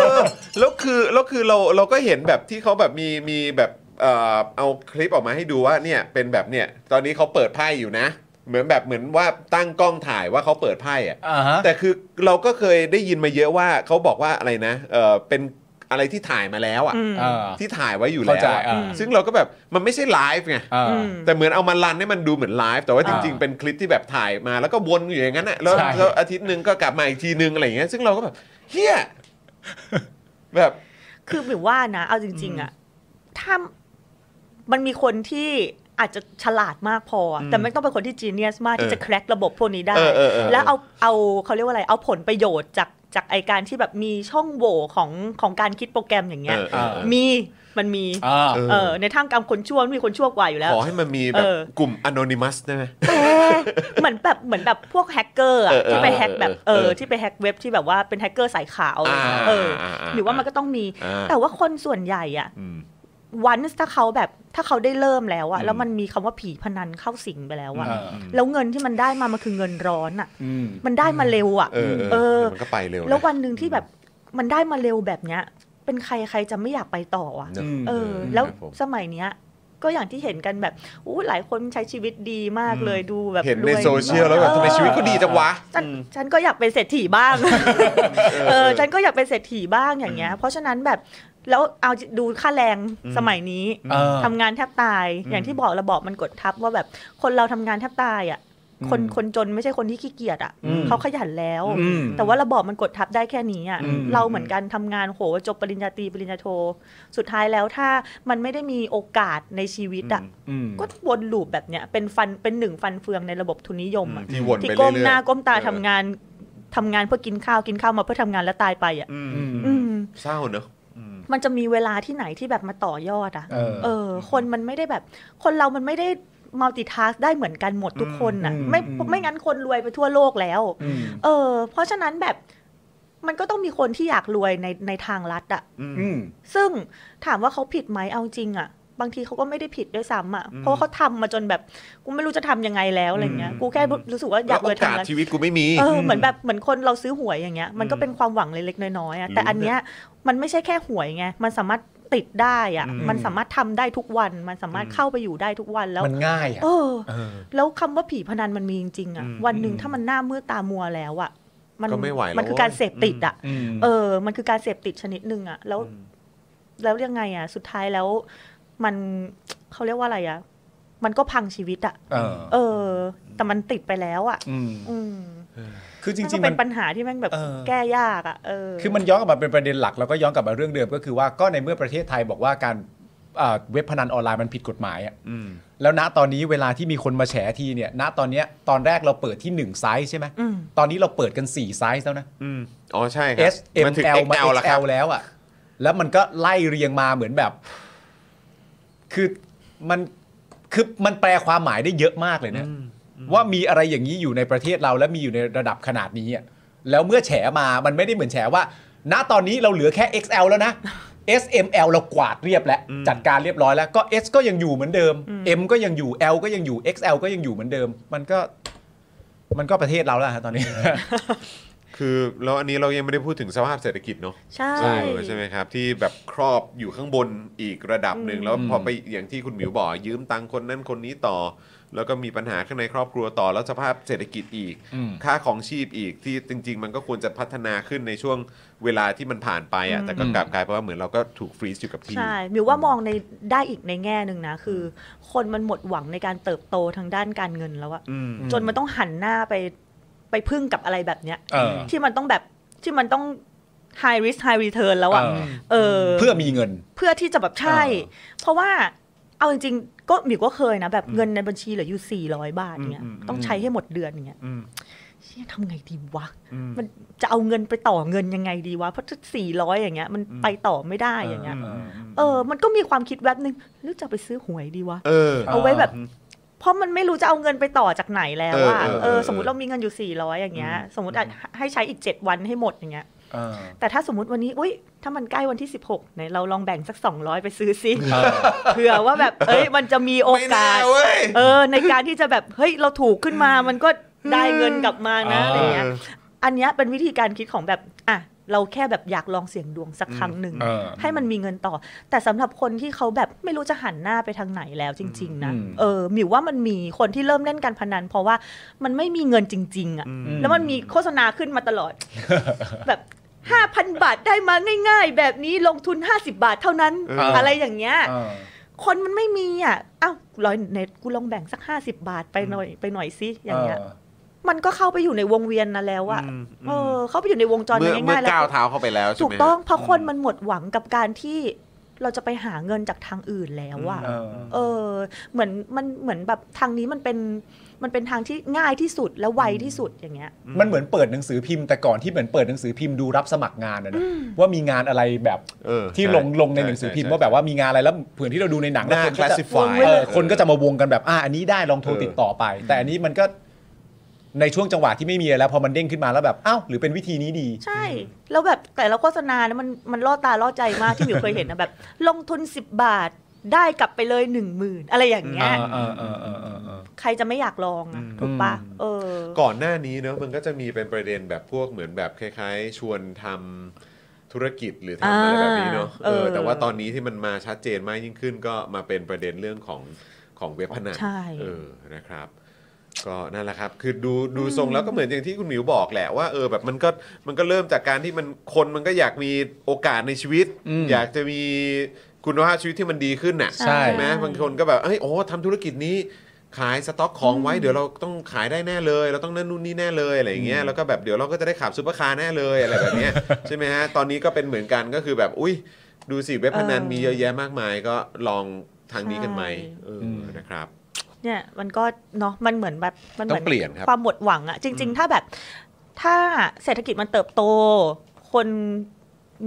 C: เออแล้วคือแล้วคือเราเราก็เห็นแบบที่เขาแบบมีมีแบบเอ่อเอาคลิปออกมาให้ดูว่าเนี่ยเป็นแบบเนี่ยตอนนี้เขาเปิดไพ่อยู่นะ เหมือนแบบเหมือนว่าตั้งกล้องถ่ายว่าเขาเปิดไพ่อะ
A: อ่าฮะ
C: แต่คือเราก็เคยได้ยินมาเยอะว่าเขาบอกว่าอะไรนะเออเป็นอะไรที่ถ่ายมาแล้วอะ
B: อืม
A: เออ
C: ที่ถ่ายไว้อยู่
A: เข้า
C: แล้ว
A: ใจ
C: อะ
A: อ่า
C: ซึ่งเราก็แบบมันไม่ใช่ไลฟ์ไง
A: เอออ
B: ม
C: แต่เหมือนเอามารันให้มันดูเหมือนไลฟ์แต่ว่าจริง
A: อ่า
C: ๆ เป็นคลิปที่แบบถ่ายมาแล้วก็วนอยู่อย่างนั้นน่ะแล้ว
A: ใช่
C: แล้วอาทิตย์หนึ่งก็กลับมาอีกทีนึงอะไรอย่างเงี้ยซึ่งเราก็แบบเฮี
A: *laughs*
C: ยแบบ
B: คือหมายว่านะ เอาจริง ๆอะถ้ามันมีคนที่อาจจะฉลาดมากพออะแต่ไม่ต้องเป็นคนที่จีเนียสมากที่จะ
C: เออ
B: แคร็กระบบพวกนี้ได้
C: เออเออเออ
B: แล้วเอาเอาเขาเรียกว่าอะไร เอาผลประโยชน์จากจากไอการที่แบบมีช่องโหว่ของของการคิดโปรแกรมอย่างเงี้ย
C: เออเออเออ
B: มีมันมี
A: เออ
C: เออ
B: เออ ในทางกรรมคนชั่วมีคนชั่วกว่าอยู่แล้ว
C: ขอให้มันมีแบบ
B: เออ
C: กลุ่ม anonymous ได้ไหม
B: แต่เหมือนแบบเหมือนแบบพวกแฮกเกอร์อะ
C: เออเออ
B: ที่ไปแฮกแบบเอ
C: เออ
B: อ
C: เออ
B: ที่ไปแฮกเว็บที่แบบว่าเป็นแฮกเกอร์สายขาว
C: อ่า
B: เออ
C: อ่าอ่า
B: หรือว่ามันก็ต้องมี
C: อ่า
B: แต่ว่าคนส่วนใหญ่อะ
C: อืม
B: วันถ้าเขาแบบถ้าเขาได้เริ่มแล้วอะ
C: อืม
B: แล้วมันมีคำว่าผีพนันเข้าสิงไปแล้วอะ
A: เออ
B: แล้วเงินที่มันได้มามันคือเงินร้อนอะ
A: อืม
B: มันได้มาเร็วอะ
C: เออเอ
B: เอ
C: อ
B: อ
C: มันก็ไปเร็วนะ
B: แล้ววันหนึ่งที่แบบมันได้มาเร็วแบบเนี้ย เป็นใครใครจะไม่อยากไปต่ออะ
C: เนอะ
A: อืม
B: เออ แล้ว
C: ครับผม
B: สมัยเนี้ย ก็อย่างที่เห็นกันแบบอู้หลายคนใช้ชีวิตดีมากเลยดูแบบ
C: เห็น
B: ร
C: ใน
B: วย
C: โซเชียลแล้วแบบทำไมชีวิตเขาดีจังวะ
B: ฉันฉันก็อยากเป็นเศรษฐีบ้าง เออฉันก็อยากเป็นเศรษฐีบ้างอย่างเงี้ย เพราะฉะนั้นแบบแล้วเอาดูค่าแรงสมัยนี้
A: เออ
B: ทำงานแทบตาย อย่างที่บอกระบอบมันกดทับว่าแบบคนเราทำงานแทบตายอ่ะ คน
A: อืม
B: คนจนไม่ใช่คนที่ขี้เกียจอ่ะ
A: อืม
B: เขาขยันแล้ว
A: อืม
B: แต่ว่าระบอบมันกดทับได้แค่นี้อ่ะ
A: อืม
B: เราเหมือนกันทำงานโหจบปริญญาตรีปริญญาโท สุดท้ายแล้วถ้ามันไม่ได้มีโอกาสในชีวิตอ่ะ
A: อืม
B: ก็วนลูปแบบเนี้ยเป็นฟันเป็นหนึ่งฟันเฟืองในระบบทุนนิยมอ่ะ
C: ที่วน
B: ที่
C: ไปเรื่
B: ก้
C: อย
B: ม
C: ๆ
B: หน้าก้มตา
C: เออ
B: ทำงานทำงานเพื่อกินข้าวกินข้าวมาเพื่อทำงานแล้วตายไปอ่ะ
C: อืม
B: อืม
C: เศร้าเนอะอืม
B: มันจะมีเวลาที่ไหนที่แบบมาต่อยอดอ่ะ
A: เออ
B: เออ คนมันไม่ได้แบบ คนเรามันไม่ได้มัลติทัสได้เหมือนกันหมดทุกคนน่ะ
A: อืม
B: ไม่
A: อืม
B: ไม่งั้นคนรวยไปทั่วโลกแล้ว
A: อืม
B: เออ เพราะฉะนั้นแบบ มันก็ต้องมีคนที่อยากรวยในในทางรัฐอะ
A: อืม
B: ซึ่งถามว่าเขาผิดไหมเอาจริงอะบางทีเขาก็ไม่ได้ผิดด้วยซ้ำอะ
C: อืม
B: เพราะว่าเขาทำมาจนแบบ กูไม่รู้จะทำยังไงแล้วอะไรเงี้ย
A: อืม
B: กูแค่รู้สึกว่าอ
C: แล้
B: ยาว ก
C: โอ
B: รวย
C: กา
B: ทาง
C: ส
B: รัฐ
C: ชีวิตกูไม่มี
B: เออเหมือนแบบเหมือนคนเราซื้อหวยอย่างเงี้ยมันก็เป็นความหวังเล็กๆน้อยๆอะแต่อันเนี้ยมันไม่ใช่แค่หวยไงมันสามารถ ติดได้อะ
C: อืม
B: มันสามารถทำได้ทุกวัน มันสามารถเข้าไปอยู่ได้ทุกวันแล้ว
A: มันง่ายอ่ะ
B: เออ
C: เออ
B: แล้วคำว่าผีพนันมันมีจริงๆอะ
C: อืม
B: วันหนึ่ง
C: อืม
B: ถ้ามันหน้ามืดตามัวแล้วอะมัน
C: ก็ไม่ไหวแล้ว
B: มันคือการเสพติดอะ
A: อืม
B: เออ มันคือการเสพติดชนิดหนึ่งอะแล้ว แล้วยังไงอะสุดท้ายแล้ว มันเขาเรียกว่าอะไรอะมันก็พังชีวิตอะ
A: เออ
B: เออ แต่มันติดไปแล้วอะ
A: อืม
B: อืม
A: คือจ
B: มัน
A: ริ
B: ก็
A: งๆ
B: เป็
A: มัน
B: นปัญหาที่แม่งแบบ
A: เออ
B: แก้ยากอะเออ
A: คือมันย้อนกลับมาเป็นประเด็นหลักแล้วก็ย้อนกลับมาเรื่องเดิมก็คือว่าก็ในเมื่อประเทศไทยบอกว่าการเอ่อเว็บพนันออนไลน์มันผิดกฎหมายอะแล้วณตอนนี้เวลาที่มีคนมาแฉทีเนี่ย ณตอนเนี้ยตอนแรกเราเปิดที่หนึ่งไซส์ใช่ไหม
B: อืม
A: ตอนนี้เราเปิดกันสี่ไซส์แล้วนะ
C: ืมอ๋อใช่ครั
A: S M
C: มาถึง
A: L มา
C: XL แล้วครับ
A: XL แล้วอะแล้วมันก็ไล่เรียงมาเหมือนแบบ *sighs* คือมันคือมันแปลความหมายได้เยอะมากเลยนะ ว่ามีอะไรอย่างนี้อยู่ในประเทศเราและมีอยู่ในระดับขนาดนี้อะแล้วเมื่อแฉมามันไม่ได้เหมือนแฉว่า ณตอนนี้เราเหลือแค่ XL แล้วนะ S M L เรากวาดเรียบแล้ว
C: อืม
A: จัดการเรียบร้อยแล้วก็ S ก็ยังอยู่เหมือนเดิม M ก็ยังอยู่ L ก็ยังอยู่ XL ก็ยังอยู่เหมือนเดิม มันก็ มันก็ประเทศเราแล้วฮะตอนนี้
C: คือแล้วอันนี้เรายังไม่ได้พูดถึงสภาพเศรษฐกิจเนาะ
B: ใช่
C: ใช่ใช่ไหมครับ ที่แบบครอบอยู่ข้างบนอีกระดับหนึ่งแล้วพอไปอย่างที่คุณหมิวบอกยืมตังค์คนนั้นคนนี้ต่อ แล้วก็มีปัญหาข้างในครอบครัวต่อ แล้วสภาพเศรษฐกิจอีก
A: อืม
C: ค่าของชีพอีกที่จริง ๆ มันก็ควรจะพัฒนาขึ้นในช่วงเวลาที่มันผ่านไปอ่ะแต่ก็กลับกลายเป็นว่าเหมือนเราก็ถูกฟรีซอยู่กับที่
B: ใช่มิวว่ามองในได้อีกในแง่หนึ่งนะ คือ คนมันหมดหวังในการเติบโตทางด้านการเงินแล้วอะ
C: อืม
A: อืม
B: จนมันต้องหันหน้าไปไปพึ่งกับอะไรแบบเนี้ย
A: เออ
B: ที่มันต้องแบบที่มันต้อง high risk high return แล้วอะ
A: เออ
B: เออ
A: เพื่อมีเงิน
B: เพื่อที่จะแบบใช่
A: เออ
B: เพราะว่าเอาจริงๆ ก็มิวก็เคยนะ แบบเงินในบัญชีเหลืออยู่ 400 บาทเนี้ย
C: อืมอืม
B: ต้องใช้ให้หมดเดือนเนี้ย
C: อืม
B: เชี่ยทำไงดีวะ
C: อืม
B: มันจะเอาเงินไปต่อเงินยังไงดีวะเพราะถ้า400 อย่างเงี้ยมันไปต่อไม่ได้อย่างเงี้ย เออ มันก็มีความคิดแวบหนึ่งหรือจะไปซื้อหวยดีวะ
C: เออ
A: เออ
B: เอาไว้แบบ เพราะมันไม่รู้จะเอาเงินไปต่อจากไหนแล้วอะ
C: เออเออ
B: เออ
C: เออ
B: สมมติเรามีเงินอยู่ 400 อย่างเงี้ย สมมติอาจให้ใช้อีก 7 วันให้หมดอย่างเงี้ย
A: เออ
B: แต่ถ้าสมมติวันนี้ อุ้ย ถ้ามันใกล้วันที่ 16ไหนเราลองแบ่งสัก 200 ไปซื้อซิ เผื่อว่าแบบ เอ้ย มันจะมีโอ
C: ไม่
B: กา
C: น่า
B: ส
C: เว้ย
B: เออ ในการที่จะแบบ เฮ้ย เราถูกขึ้นมา มันก็ได้เงินกลับมานะอะไรเงี้ย อันเนี้ยเป็นวิธีการคิดของแบบ อ่ะ เราแค่แบบอยากลองเสี่ยงดวงสักครั้งหนึ่ง
A: เออ
B: ให้มันมีเงินต่อ แต่สำหรับคนที่เขาแบบไม่รู้จะหันหน้าไปทางไหนแล้วจริง ๆ นะ
A: อืม
B: เออหมิวว่ามันมีคนที่เริ่มเล่นการพนัน เพราะว่ามันไม่มีเงินจริง ๆอะแล้วมันมีโฆษณาขึ้นมาตลอด *laughs* แบบ5,000 บาทได้มาง่าย ๆ แบบนี้ลงทุน 50 บาทเท่านั้น
C: เอออ
B: อะไรอย่างเงี้ย
A: เออ
B: คนมันไม่มีอ่ะเอ้าร้อยเน็ตกูลองแบ่งสัก 50 บาทไปหน่อยไปหน่อยสิอย่างเงี้ย มันก็เข้าไปอยู่ในวงเวียนนั้นแล้วอะ
C: อืมอืม
B: เออ เข้าไปอยู่ในวงจร
C: เมื่อ
B: นั้น
C: เมื่อ
B: ง่ายๆแล้ว
C: ก้าวเท้าเข้าไปแล้วใช่
B: ถู
C: ไห
B: ก
C: ม
B: ต้องเพราะคนมันหมดหวังกับการที่เราจะไปหาเงินจากทางอื่นแล้วอะ
A: เออ
B: เออ เหมือนมันเหมือนแบบทางนี้มันเป็นมันเป็นทางที่ง่ายที่สุดและไวที่สุดอย่างเงี้ย
A: มันเหมือนเปิดหนังสือพิมพ์แต่ก่อนที่เหมือนเปิดหนังสือพิมพ์ดูรับสมัครงานอะนะว่ามีงานอะไรแบบ
C: เออ
A: ที่
C: ใช่
A: ลงลงใน
C: ใช่
A: หนังสือพิมพ์
C: ใช่
A: ว่าแบบว่ามีงานอะไรแล้วเผื่อที่เราดูในหนัง
C: หน้า
A: แล้วคนก็จะ
C: classify
A: เออ
C: เออ
A: คนก็จะมาวงกันแบบอ่าอันนี้ได้ลองโทร
C: เออ
A: ติดต่อไป แต่อันนี้มันก็ในช่วงจังหวะที่ไม่มีอะไรแล้ว พอมันเด้งขึ้นมาแล้วแบบอ้าวหรือเป็นวิธีนี้ดี
B: ใช่ แล้วแบบแต่ละโฆษณานะมันมันล่อตาล่อใจมากที่หมิวเคยเห็นนะแบบ ลงทุน 10 บาทได้กลับไปเลยหนึ่งหมื่นอะไรอย่างเงี้ยใครจะไม่อยากลองอะถูกปะเออ
C: ก่อนหน้านี้เนอะมันก็จะมีเป็นประเด็นแบบพวกเหมือนแบบคล้ายๆ ชวนทำธุรกิจหรือทำอะ
B: อ่า
C: ไรแบบนี้เนอะเอ
B: เออ
C: อแต่ว่าตอนนี้ที่มันมาชัดเจนมากยิ่งขึ้น ก็มาเป็นประเด็นเรื่องของของเว็บพนัน
B: ใช่
C: เออนะครับ ก็นั่นแหละครับ คือดูดูทรงแล้วก็เหมือนอย่างที่คุณหมิวบอกแหละว่าเออแบบมันก็มันก็เริ่มจากการที่มันคนมันก็อยากมีโอกาสในชีวิต
A: อืม
C: อยากจะมีคุณภาพชีวิตที่มันดีขึ้นน่ะ
A: ใช่
C: ใช่ไหมบางคนก็แบบเอ้ยโอ้ทำธุรกิจนี้ขายสต็อกของไว้เดี๋ยวเราต้องขายได้แน่เลย เราต้องนั่นนู่นนี่แน่เลยอะไรอย่างเงี้ยแล้วก็แบบเดี๋ยวเราก็จะได้ขับซูเปอร์คาร์แน่เลยอะไรแบบเนี้ย
B: *laughs*
C: ใช่ไหมฮะตอนนี้ก็เป็นเหมือนกันก็คือแบบอุ้ยดูสิเว็บพนัน
B: เออ
C: มีเยอะแยะมากมายก็ลองทางนี้กันไหม
B: ใช่
C: เอออ
A: ม
C: นะครับ
B: เนี่ยมันก็เนาะมันเหมือนแบบมันเห
C: ต้อ
B: มื
C: ง
B: น
C: เปลี่ยนครับ
B: ความหมดหวังอะจริง ๆ ถ้าแบบถ้าเศรษฐกิจมันเติบโต คน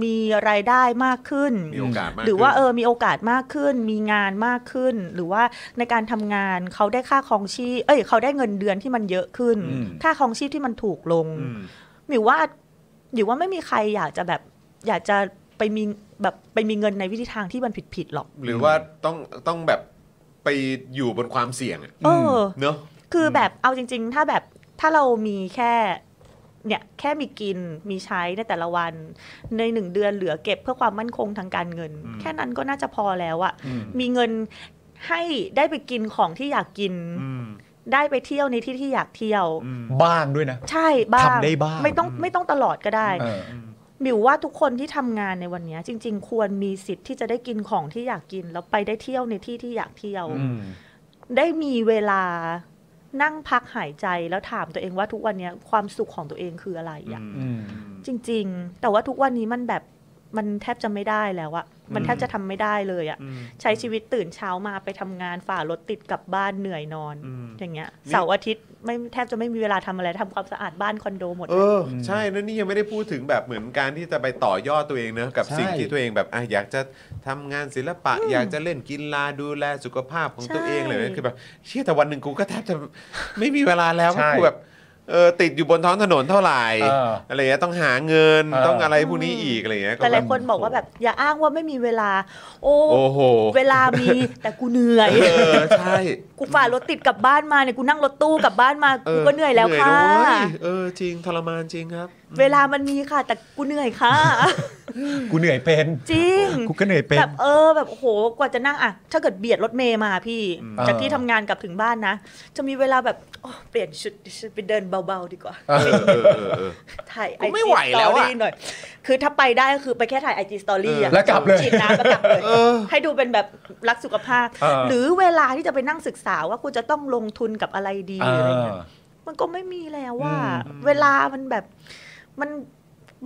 B: มีรายได้มากขึ้น
C: มีโอกาสมาก
B: หรือว่าเอ
C: ขึ้น
B: อมีโอกาสมากขึ้น มีงานมากขึ้น หรือว่าในการทำงานเขาได้ค่าครองชีพเอ้ยเขาได้เงินเดือนที่มันเยอะขึ้น
A: อืม
B: ค่าครองชีพที่มันถูกลงหรือว่าหรือว่าไม่มีใครอยากจะแบบอยากจะไปมีแบบไปมีเงินในวิธีทางที่มันผิดๆหรอก
C: หรือว่าต้องต้องแบบไปอยู่บนความเสี่ยงอะ
B: เอออ
C: เนอะ
B: คือแบบเอาจริง ๆ ถ้าแบบถ้าเรามีแค่ เนี่ยแค่มีกินมีใช้ในแต่ละวัน ในหนึ่งเดือนเหลือเก็บเพื่อความมั่นคงทางการเงิน
C: อืม
B: แค่นั้นก็น่าจะพอแล้วอะ
A: อืม
B: มีเงินให้ได้ไปกินของที่อยากกิน
C: อืม
B: ได้ไปเที่ยวในที่ที่อยากเที่ยว
C: อืม
A: บ้างด้วยนะ
B: ใช่บ้าง
A: ทำได้บ้าง
B: ไม่ต้องไม่ต้องตลอดก็ได้
A: เออ
B: หมิวว่าทุกคนที่ทำงานในวันเนี้ยจริง ๆ ควรมีสิทธิ์ที่จะได้กินของที่อยากกิน แล้วไปได้เที่ยวในที่ที่อยากเที่ยว
A: อืม
B: ได้มีเวลานั่งพักหายใจแล้วถามตัวเองว่าทุกวันเนี้ยความสุขของตัวเองคืออะไรอะ
A: อืม
B: จริง ๆ แต่ว่าทุกวันนี้มันแบบมันแทบจะไม่ได้แล้วอะมันแทบจะทำไม่ได้เลยอะใช้ชีวิตตื่นเช้ามาไปทำงานฝ่ารถติดกลับบ้านเหนื่อยนอน
C: อืม
B: อย่างเงี้ยเสาร์อาทิตย์ไม่แทบจะไม่มีเวลาทำอะไรทำความสะอาดบ้านคอนโดหมด
C: เออใช่นั่นนี่ยังไม่ได้พูดถึงแบบเหมือนการที่จะไปต่อยอดตัวเองเนอะกับ
A: ใช่
C: สิ่งที่ตัวเองแบบอ่ะอยากจะทำงานศิลปะ อยากจะเล่นกีฬาดูแลสุขภาพของตัวเอง
B: ใช่
C: เลยคือแบบเชี่ยแต่วันหนึ่งกูก็แทบจะไม่มีเวลาแล้วเพ
A: ใช่
C: ราะกูแบบเออติดอยู่บนท้องถนนเท่าไหร่
A: เอออ
C: อะไรเงี้ยต้องหาเงิน
A: เออ
C: ต้องอะไรพวกนี้อีกอะไรเงี้ย
B: แต่หลายคนบอกว่าแบบอย่าอ้างว่าไม่มีเวลา โอ้
C: โอ้โห
B: เวลามี แต่กูเหนื่อย
C: เออใช่
B: กูฝ่ารถติดกลับบ้านมาเนี่ยกูนั่งรถตู้กลับบ้านมากูก็เหนื่อยแล้วค่ะ
C: เหนื่อยนเว้ยเออจริงทรมานจริงครับ
B: เวลามันมีค่ะ แต่กูเหนื่อยค่ะ
A: กูเหนื่อยเป็น
B: จริง
A: กูก็เหนื่อยเป็น
B: แบบเออแบบโอ้โหกว่าจะนั่งอะถ้าเกิดเบียดรถเมย์มาพี่
C: อืม
B: จากที่ทำงานกลับถึงบ้านนะ จะมีเวลาแบบโอ้เปลี่ยนชุดดิฉันไปเดินเบาๆดีกว่า
C: เออเออเออเออ
B: ถ่าย
C: กู
B: ไอ
C: ไม่
B: จี
C: ไหว
B: ส
C: แล้
B: ต
C: ว
B: อ
C: อะ
B: รี่หน่อย คือถ้าไปได้ก็คือไปแค่ถ่ายไอจีสตอรี่
A: แล้วกลับเลย
B: ฉีดน้ำแล้วกลับเลย
C: เออ
B: ให้ดูเป็นแบบรักสุขภาพ
A: เออ
B: หรือเวลาที่จะไปนั่งศึกษาว่าคุณจะต้องลงทุนกับอะไรดี
A: เอ
B: หรืออะไร
A: อ
B: เงี้ยมันก็ไม่มีแล้วว่า
A: อืม
B: เวลามันแบบมัน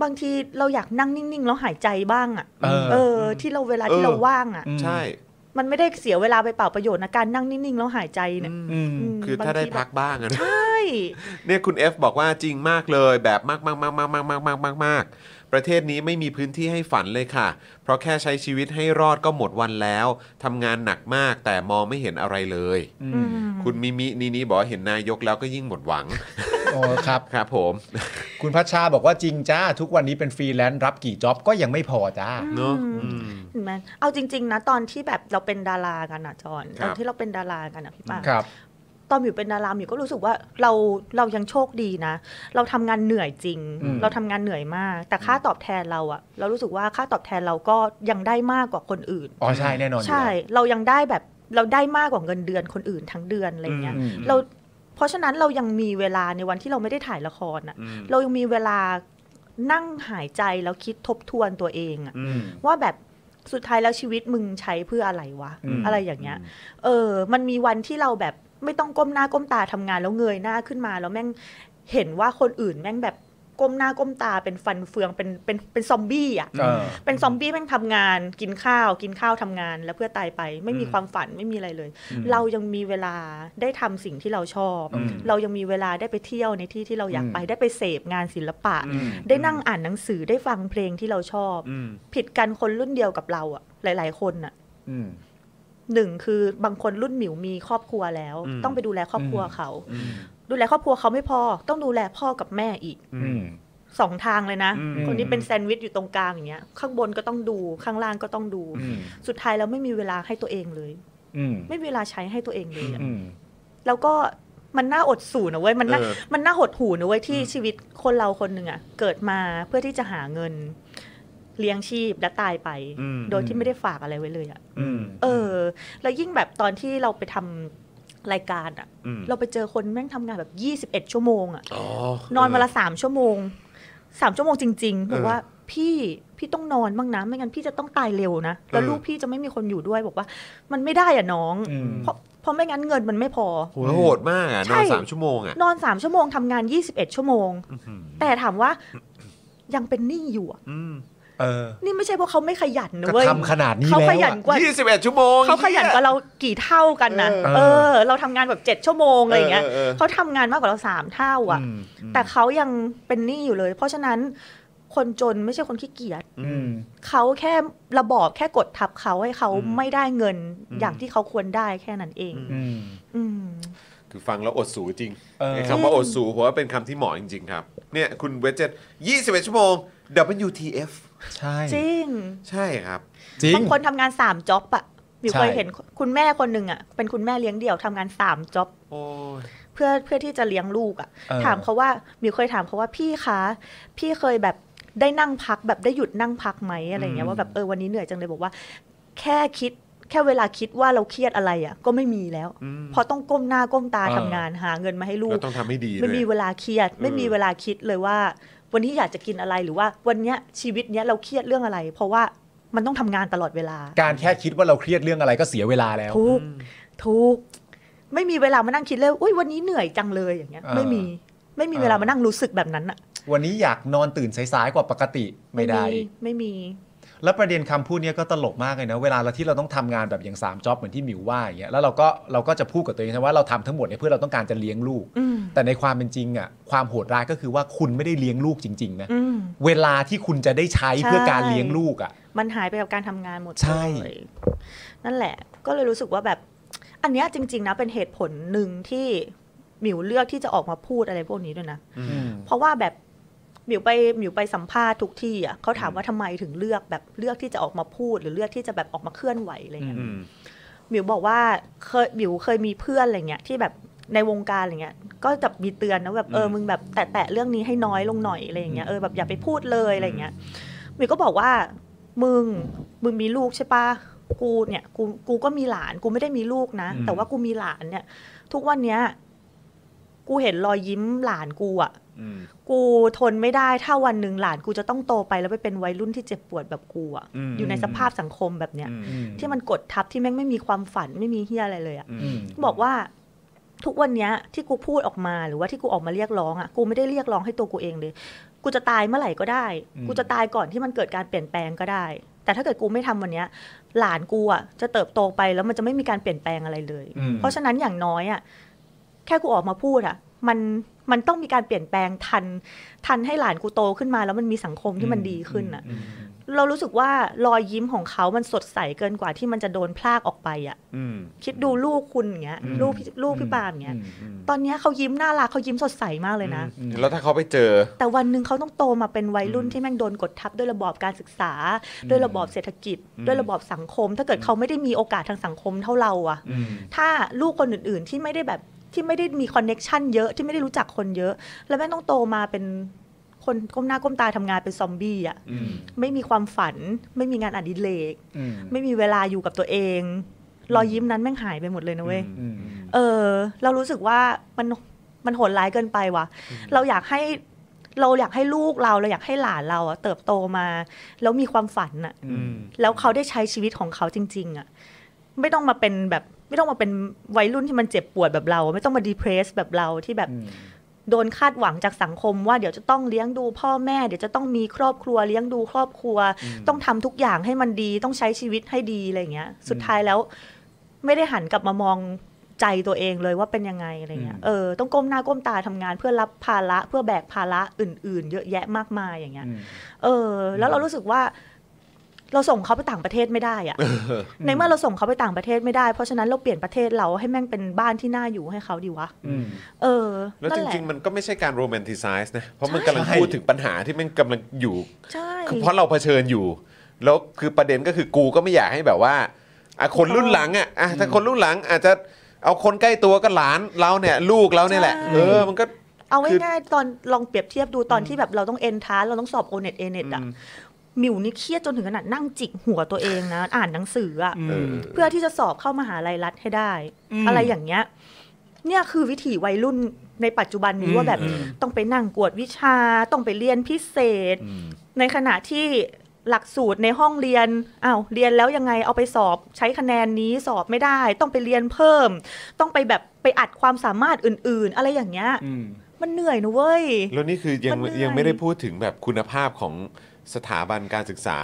B: บางทีเราอยากนั่งนิ่งๆแล้วหายใจบ้างอะ
A: เออ
B: เออ ที่เราเวลา
C: เออ
B: ที่เราว่างอะ
A: อืม
C: ใช่
B: มันไม่ได้เสียเวลาไปเปล่าประโยชน์นะการนั่งนิ่งๆแล้วหายใจเนี่ย
A: อืม
B: ม
C: คือถ้า
B: บง
C: ได้
B: ที
C: พักบ้างอะนะ
B: ใช่
C: เนี่ยคุณ F บอกว่าจริงมากเลยแบบมากมากมากมากมากมากมากมากมากประเทศนี้ไม่มีพื้นที่ให้ฝันเลยค่ะ เพราะแค่ใช้ชีวิตให้รอดก็หมดวันแล้วทำงานหนักมากแต่มองไม่เห็นอะไรเลย
B: อืม
C: คุณมิมินีนี้บอกว่าเห็นนายกแล้วก็ยิ่งหมดหวัง
A: โอ้ครับ
C: ครับผม
A: คุณพัชชาบอกว่าจริงจ้า ทุกวันนี้เป็นฟรีแลนซ์รับกี่จ็อบก็ยังไม่พอจ้า
C: เนอะอืม
B: เห็นไหมเอาจริง ๆ นะ ตอนที่แบบเราเป็นดารากันอะจอน
C: ครั
B: ต
C: บ
B: อนที่เราเป็นดารากันอะพี่ป้า
A: ครับ
B: ตอนอยู่เป็นดาราอยู่ก็รู้สึกว่าเราเรายังโชคดีนะ เราทำงานเหนื่อยจริง
A: อืม
B: เราทำงานเหนื่อยมาก แต่ค่าตอบแทนเราอะเรารู้สึกว่าค่าตอบแทนเราก็ยังได้มากกว่าคนอื่น
A: อ๋อใช่แน่นอนอยู่
B: ใช่
A: แล้ว
B: เรายังได้แบบเราได้มากกว่าเงินเดือนคนอื่นทั้งเดือนอะไรเงี้ย
A: อืม
B: เราเพราะฉะนั้นเรายังมีเวลาในวันที่เราไม่ได้ถ่ายละครอะ
C: อืม
B: เรายังมีเวลานั่งหายใจแล้วคิดทบทวนตัวเองอะ
C: อืม
B: ว่าแบบสุดท้ายแล้วชีวิตมึงใช้เพื่ออะไรวะ
A: อืม
B: อะไรอย่างเงี้ย เออ มันมีวันที่เราแบบไม่ต้องก้มหน้าก้มตาทำงานแล้วเงยหน้าขึ้นมา แล้วแม่งเห็นว่าคนอื่นแม่งแบบก้มหน้าก้มตาเป็นฟันเฟืองเป็นเป็นเป็นซอมบี้อ่ะ
A: เออ
B: เป็นซอมบี้แม่งทำงานกินข้าวกินข้าวทำงานแล้วเพื่อตายไป ไม่มี
A: อืม
B: ความฝันไม่มีอะไรเลย
A: อืม
B: เรายังมีเวลาได้ทำสิ่งที่เราชอบ
A: อืม
B: เรายังมีเวลาได้ไปเที่ยวในที่ที่เราอยากไป
A: อืม
B: ได้ไปเสพงานศิลปะ
A: อืม
B: ได้นั่งอ่านหนังสือได้ฟังเพลงที่เราชอบ
C: อืม
B: ผิดกันคนรุ่นเดียวกับเราอ่ะ หลาย ๆ คนอ่ะ
A: อืม
B: หนึ่งคือบางคนรุ่นหมิวมีครอบครัวแล้ว
C: อืม
B: ต้องไปดูแลครอบครัว
A: อืม
B: เขา
C: อืม
B: ดูแลครอบครัวเขาไม่พอ ต้องดูแลพ่อกับแม่อีก
C: อื
A: อื
C: ม
A: ม
B: สองทางเลยนะ
C: อืม
B: คนที่เป็นแซนด์วิชอยู่ตรงกลางอย่างเงี้ยข้างบนก็ต้องดูข้างล่างก็ต้องดู
A: อืม
B: สุดท้ายแล้วไม่มีเวลาให้ตัวเองเลย
A: อืม
B: ไม่มีเวลาใช้ให้ตัวเองเลยอะ
A: อืม
B: แล้วก็มันน่าอดสูนะเว้ยมันน่า
C: เออ
B: มันน่าหดหูนะเว้ยที่ชีวิตคนเราคนหนึ่งอะเกิดมาเพื่อที่จะหาเงินเลี้ยงชีพและตายไป
C: อืม
B: โดยที่ไม่ได้ฝากอะไรไว้เลยอะ
A: อืม
B: เออ แล้วยิ่งแบบตอนที่เราไปทำรายการอะ
C: อืม
B: เราไปเจอคนแม่งทำงานแบบ 21 ชั่วโมงอะ
C: อ๋อน
B: อนวันละสามชั่วโมงสามชั่วโมงจริงๆบอกว่าพี่พี่ต้องนอนบ้างนะไม่งั้นพี่จะต้องตายเร็วนะแล้วลูกพี่จะไม่มีคนอยู่ด้วยบอกว่า มันไม่ได้อะน้อง
A: อืม
B: เพราะเพราะไม่งั้นเงินมันไม่พอ
C: โหแล้วโหดมากอ่ะน
B: ใช่
C: อนสามชั่วโมงอ่ะ
B: นอนสามชั่วโมงทำงาน 21 ชั่วโมง แต่ถามว่ายังเป็นหนี้อยู่อะ
C: อืม
A: เออ
B: นี่ไม่ใช่เพราะเขาไม่ขยันนะ
A: ก็
B: เว้ย
A: ทำขนาดนี้
B: เขา
A: แล้ว
B: ขยัน
A: อะ
B: กว่า
C: ยี่สิบเอ็ดชั่วโมง
B: เขาขยันกว่าเรากี่เท่ากันนะ
A: เออ
B: เออ เราทำงานแบบเจ็ดชั่วโมงอะไรอย่างเงี้ย
C: เออเออเออ
B: เขาทำงานมากกว่าเราสามเท่าอ่ะ
A: อืม
B: แต่เขายังเป็นหนี้อยู่เลย เพราะฉะนั้นคนจนไม่ใช่คนขี้เกียจ
A: อืม
B: เขาแค่ระบอบแค่กดทับเขาให้เขาไม่ได้เงินอย่างที่เขาควรได้แค่นั้นเอง
A: อืม
B: อืม
C: คือฟังแล้วอดสูจริง
A: เออ
C: ไอ้คำว่าอดสูผมว่าเป็นคำที่เหมาะจริง ๆ ครับ เนี่ย คุณเวจเจ็ต21 ชั่วโมง WTF
A: ใช่
B: จริง
C: ใช่ครับ
A: จริง
B: บางคนทำงานสามจ็อบอะ หมิว
A: ใช่
B: เคยเห็นคุณแม่คนหนึ่งอ่ะเป็นคุณแม่เลี้ยงเดี่ยวทำงานสามจ็อบ
C: โอ้ย
B: เพื่อเพื่อที่จะเลี้ยงลูกอ่ะ
A: เออ
B: ถามเขาว่าหมิวเคยถามเขาว่าพี่คะพี่เคยแบบได้นั่งพักแบบได้หยุดนั่งพักไหมอะไรเงี้
A: อื
B: ย
A: ม
B: ว่าแบบเออวันนี้เหนื่อยจังเลยบอกว่า แค่คิดแค่เวลาคิดว่าเราเครียดอะไรอ่ะก็ไม่มีแล้ว
C: อืม
B: เพราะต้องก้มหน้าก้มตาทำงานหาเงินมาให้ลู
C: เรา
B: ก
C: ต้องทำให้ดี
B: ไม่
C: ด้วย
B: มีเวลาเครียด ไม่มีเวลาคิดเลยว่า วันนี้อยากจะกินอะไรหรือว่าวันเนี้ยชีวิตเนี้ยเราเครียดเรื่องอะไร เพราะว่ามันต้องทำงานตลอดเวลา
A: การแค่คิดว่าเราเครียดเรื่องอะไรก็เสียเวลาแล้ว
B: ทุกข์ทุกข์ไม่มีเวลามานั่งคิดเลยอุ้ยวันนี้เหนื่อยจังเลยอย่างเงี้ย
A: เออ
B: ไม่มีไม่มีเวลา
A: เออ
B: มานั่งรู้สึกแบบนั้นอะ
A: วันนี้อยากนอนตื่นสายๆกว่าปกติไม่ได้
B: ไม่มี
A: แล้วประเด็นคำพูดเนี้ยก็ตลกมากเลยนะ เวลาเราที่เราต้องทำงานแบบอย่าง3ามจ็อบเหมือนที่หมิวว่าอย่างเงี้ยแล้วเราก็เราก็จะพูดกับตัวเองนะว่าเราทำทั้งหมดเนี่ยเพื่อเราต้องการจะเลี้ยงลูก
B: อืม
A: แต่ในความเป็นจริงอ่ะความโหดร้ายก็คือว่าคุณไม่ได้เลี้ยงลูกจริงๆนะ
B: อืม
A: เวลาที่คุณจะได้ใช้
B: ใช่
A: เพื่อการเลี้ยงลูกอ่ะ
B: มันหายไปกับการทำงานหมด
A: ใช่
B: เลยนั่นแหละ ก็เลยรู้สึกว่าแบบ อันเนี้ยจริง ๆ นะเป็นเหตุผลหนึ่งที่หมิวเลือกที่จะออกมาพูดอะไรพวกนี้ด้วยนะ
A: อืม
B: เพราะว่าแบบหมิวไปหมิวไปสัมภาษณ์ทุกที่อ่ะเขาถามว่าทำไมถึงเลือกแบบเลือกที่จะออกมาพูดหรือเลือกที่จะแบบออกมาเคลื่อนไหวอะไรเงี้ย
C: อืม
B: หมิวบอกว่าเคยหมิวเคยมีเพื่อนอะไรเงี้ยที่แบบในวงการอะไรเงี้ยก็จะมีเตือนนะแบบเออ
C: อืม
B: มึงแบบแตะแตะเรื่องนี้ให้น้อยลงหน่อยอะไรอย่างเงี้ยเออแบบอย่าไปพูดเลยอะไรเงี้ยหมิวก็บอกว่ามึงมึงมีลูกใช่ปะกูเนี่ยกูกูก็มีหลานกูไม่ได้มีลูกนะ
A: อืม
B: แต่ว่ากูมีหลานเนี่ย ทุกวันเนี้ยกูเห็นรอยยิ้มหลานกูอ่ะ
C: อืม
B: กูทนไม่ได้ถ้าวันหนึ่งหลานกูจะต้องโตไปแล้วไปเป็นวัยรุ่นที่เจ็บปวดแบบกูอะ
C: อืม
B: อยู่ในสภาพสังคมแบบเนี้ย
C: อืม
A: อื
B: ที่มันกดทับที่แม่งไม่มีความฝันไม่มีเฮียอะไรเลยอะ
C: อื
A: อื
C: ม
A: ม
B: บอกว่าทุกวันเนี้ยที่กูพูดออกมาหรือว่าที่กูออกมาเรียกร้องอะกูไม่ได้เรียกร้องให้ตัวกูเองเลย กูจะตายเมื่อไหร่ก็ได้
A: อืม
B: กูจะตายก่อนที่มันเกิดการเปลี่ยนแปลงก็ได้ แต่ถ้าเกิดกูไม่ทำวันเนี้ย หลานกูอะจะเติบโตไปแล้วมันจะไม่มีการเปลี่ยนแปลงอะไรเลย
A: อืม
B: เพราะฉะนั้นอย่างน้อยอะแค่กูออกมาพูดอะมันมันต้องมีการเปลี่ยนแปลงทัน ทันให้หลานกูโตขึ้นมา แล้วมันมีสังคมที่มันดีขึ้นอะ
A: มม
B: เรารู้สึกว่ารอยยิ้มของเขามันสดใสเกินกว่าที่มันจะโดนพลากออกไปอะ
C: อืม
B: คิดดูลูกคุณอย่างเงี้ย
C: อืม
B: ลูกพี่ลูกพี่ปาล์มอย่างเงี้ย
A: อืม
B: ตอนเนี้ยเขายิ้มน่ารักเขายิ้มสดใสมากเลยนะ
A: อืม
C: แล้วถ้าเขาไปเจอ
B: แต่วันหนึ่งเขาต้องโตมาเป็นวัยรุ่น
C: อืม
B: ที่แม่งโดนกดทับด้วยระบอบการศึกษา
A: อืม
B: ด้วยระบอบเศรษฐกิจ
C: อืม
B: ด้วยระบอบสังคม ถ้าเกิดเขาไม่ได้มีโอกาสทางสังคมเท่าเราอะ
C: อืม
B: ถ้าลูกคนอื่นๆ ที่ไม่ได้แบบที่ไม่ได้มีคอนเน็กชันเยอะที่ไม่ได้รู้จักคนเยอะ แล้วแม่งต้องโตมาเป็นคนก้มหน้าก้มตาทำงานเป็นซอมบี้อ่ะ
C: อืม
B: ไม่มีความฝัน ไม่มีงานอดิเรก
A: อืม
B: ไม่มีเวลาอยู่กับตัวเอง รอยยิ้มนั้นแม่งหายไปหมดเลยนะเว้ย
A: อืม
B: เออ เรารู้สึกว่ามันมันโหดร้ายเกินไปว่ะ เราอยากให้เราอยากให้ลูกเราเราอยากให้หลานเราอะเติบโตมา แล้วมีความฝันอะ
A: อืม
B: แล้วเขาได้ใช้ชีวิตของเขาจริง ๆอะ่ะไม่ต้องมาเป็นแบบ ไม่ต้องมาเป็นวัยรุ่นที่มันเจ็บปวดแบบเรา ไม่ต้องมาดีเพรสแบบเราที่แบบ
A: อืม
B: โดนคาดหวังจากสังคมว่าเดี๋ยวจะต้องเลี้ยงดูพ่อแม่ เดี๋ยวจะต้องมีครอบครัวเลี้ยงดูครอบครัว ต้องทำทุกอย่างให้มันดีต้องใช้ชีวิตให้ดีอะไรอย่างเงี้ย สุดท้ายแล้ว ไม่ได้หันกลับมามองใจตัวเองเลยว่าเป็นยังไงอะไรเงี้ย
A: อืม
B: เออต้องก้มหน้าก้มตาทำงานเพื่อรับภาระเพื่อแบกภาระอื่น ๆ เยอะแยะมากมายอย่างเงี้ย
A: อืม
B: เออแล้วเรารู้สึกว่าเราส่งเขาไปต่างประเทศไม่ได้อะในเมื่อเราส่งเขาไปต่างประเทศไม่ได้ เพราะฉะนั้นเราเปลี่ยนประเทศเราให้แม่งเป็นบ้านที่น่าอยู่ให้เขาดีวะ
A: อืม
B: เออ
C: แล้ว
B: นั่
C: จ
B: นหะ
C: ริง ๆ มันก็ไม่ใช่การโรแมนติไซส์นะ เพราะมัน
B: ใช่
C: กำลังพูดถึงปัญหาที่มันกำลังอยู่
B: ใช่
C: คือเพราะเราเผชิญอยู่ แล้วคือประเด็นก็คือกูก็ไม่อยากให้แบบว่าอ่ะคนรุ่นหลังอ่ะอ่ะถ้าคนรุ่นหลังอาจจะเอาคนใกล้ตัวก็หลานเราเนี่ยลูกเราเนี่ยแหละ เออมันก็
B: เอา
C: คือ
B: ง่ายๆตอนลองเปรียบเทียบดูตอนที่แบบเราต้องเอนทาเราต้องสอบโอเน็ตเอเน็ตอะ
C: อืม
B: มิวนี่เครียดจนถึงขนาดนั่งจิกหัวตัวเองนะ อ่านหนังสืออะ
C: เออ
B: เพื่อที่จะสอบเข้ามหาลัยรัฐให้ได้
A: อืม
B: อะไรอย่างเงี้ย เนี่ยคือวิถีวัยรุ่นในปัจจุบันนี้
A: อืม
B: ว่าแบบ
A: อืม
B: ต้องไปนั่งกวดวิชา ต้องไปเรียนพิเศษ ในขณะที่หลักสูตรในห้องเรียนอ้าวเรียนแล้วยังไงเอาไปสอบใช้คะแนนนี้สอบไม่ได้ ต้องไปเรียนเพิ่ม ต้องไปแบบไปอัดความสามารถอื่น ๆ อะไรอย่างเงี้ย
A: อืม
B: มันเหนื่อยนะเว้ย
C: แล้วนี่คือยัง
B: มันเหนื่อย
C: ยังไม่ได้พูดถึงแบบคุณภาพของสถาบันการศึกษา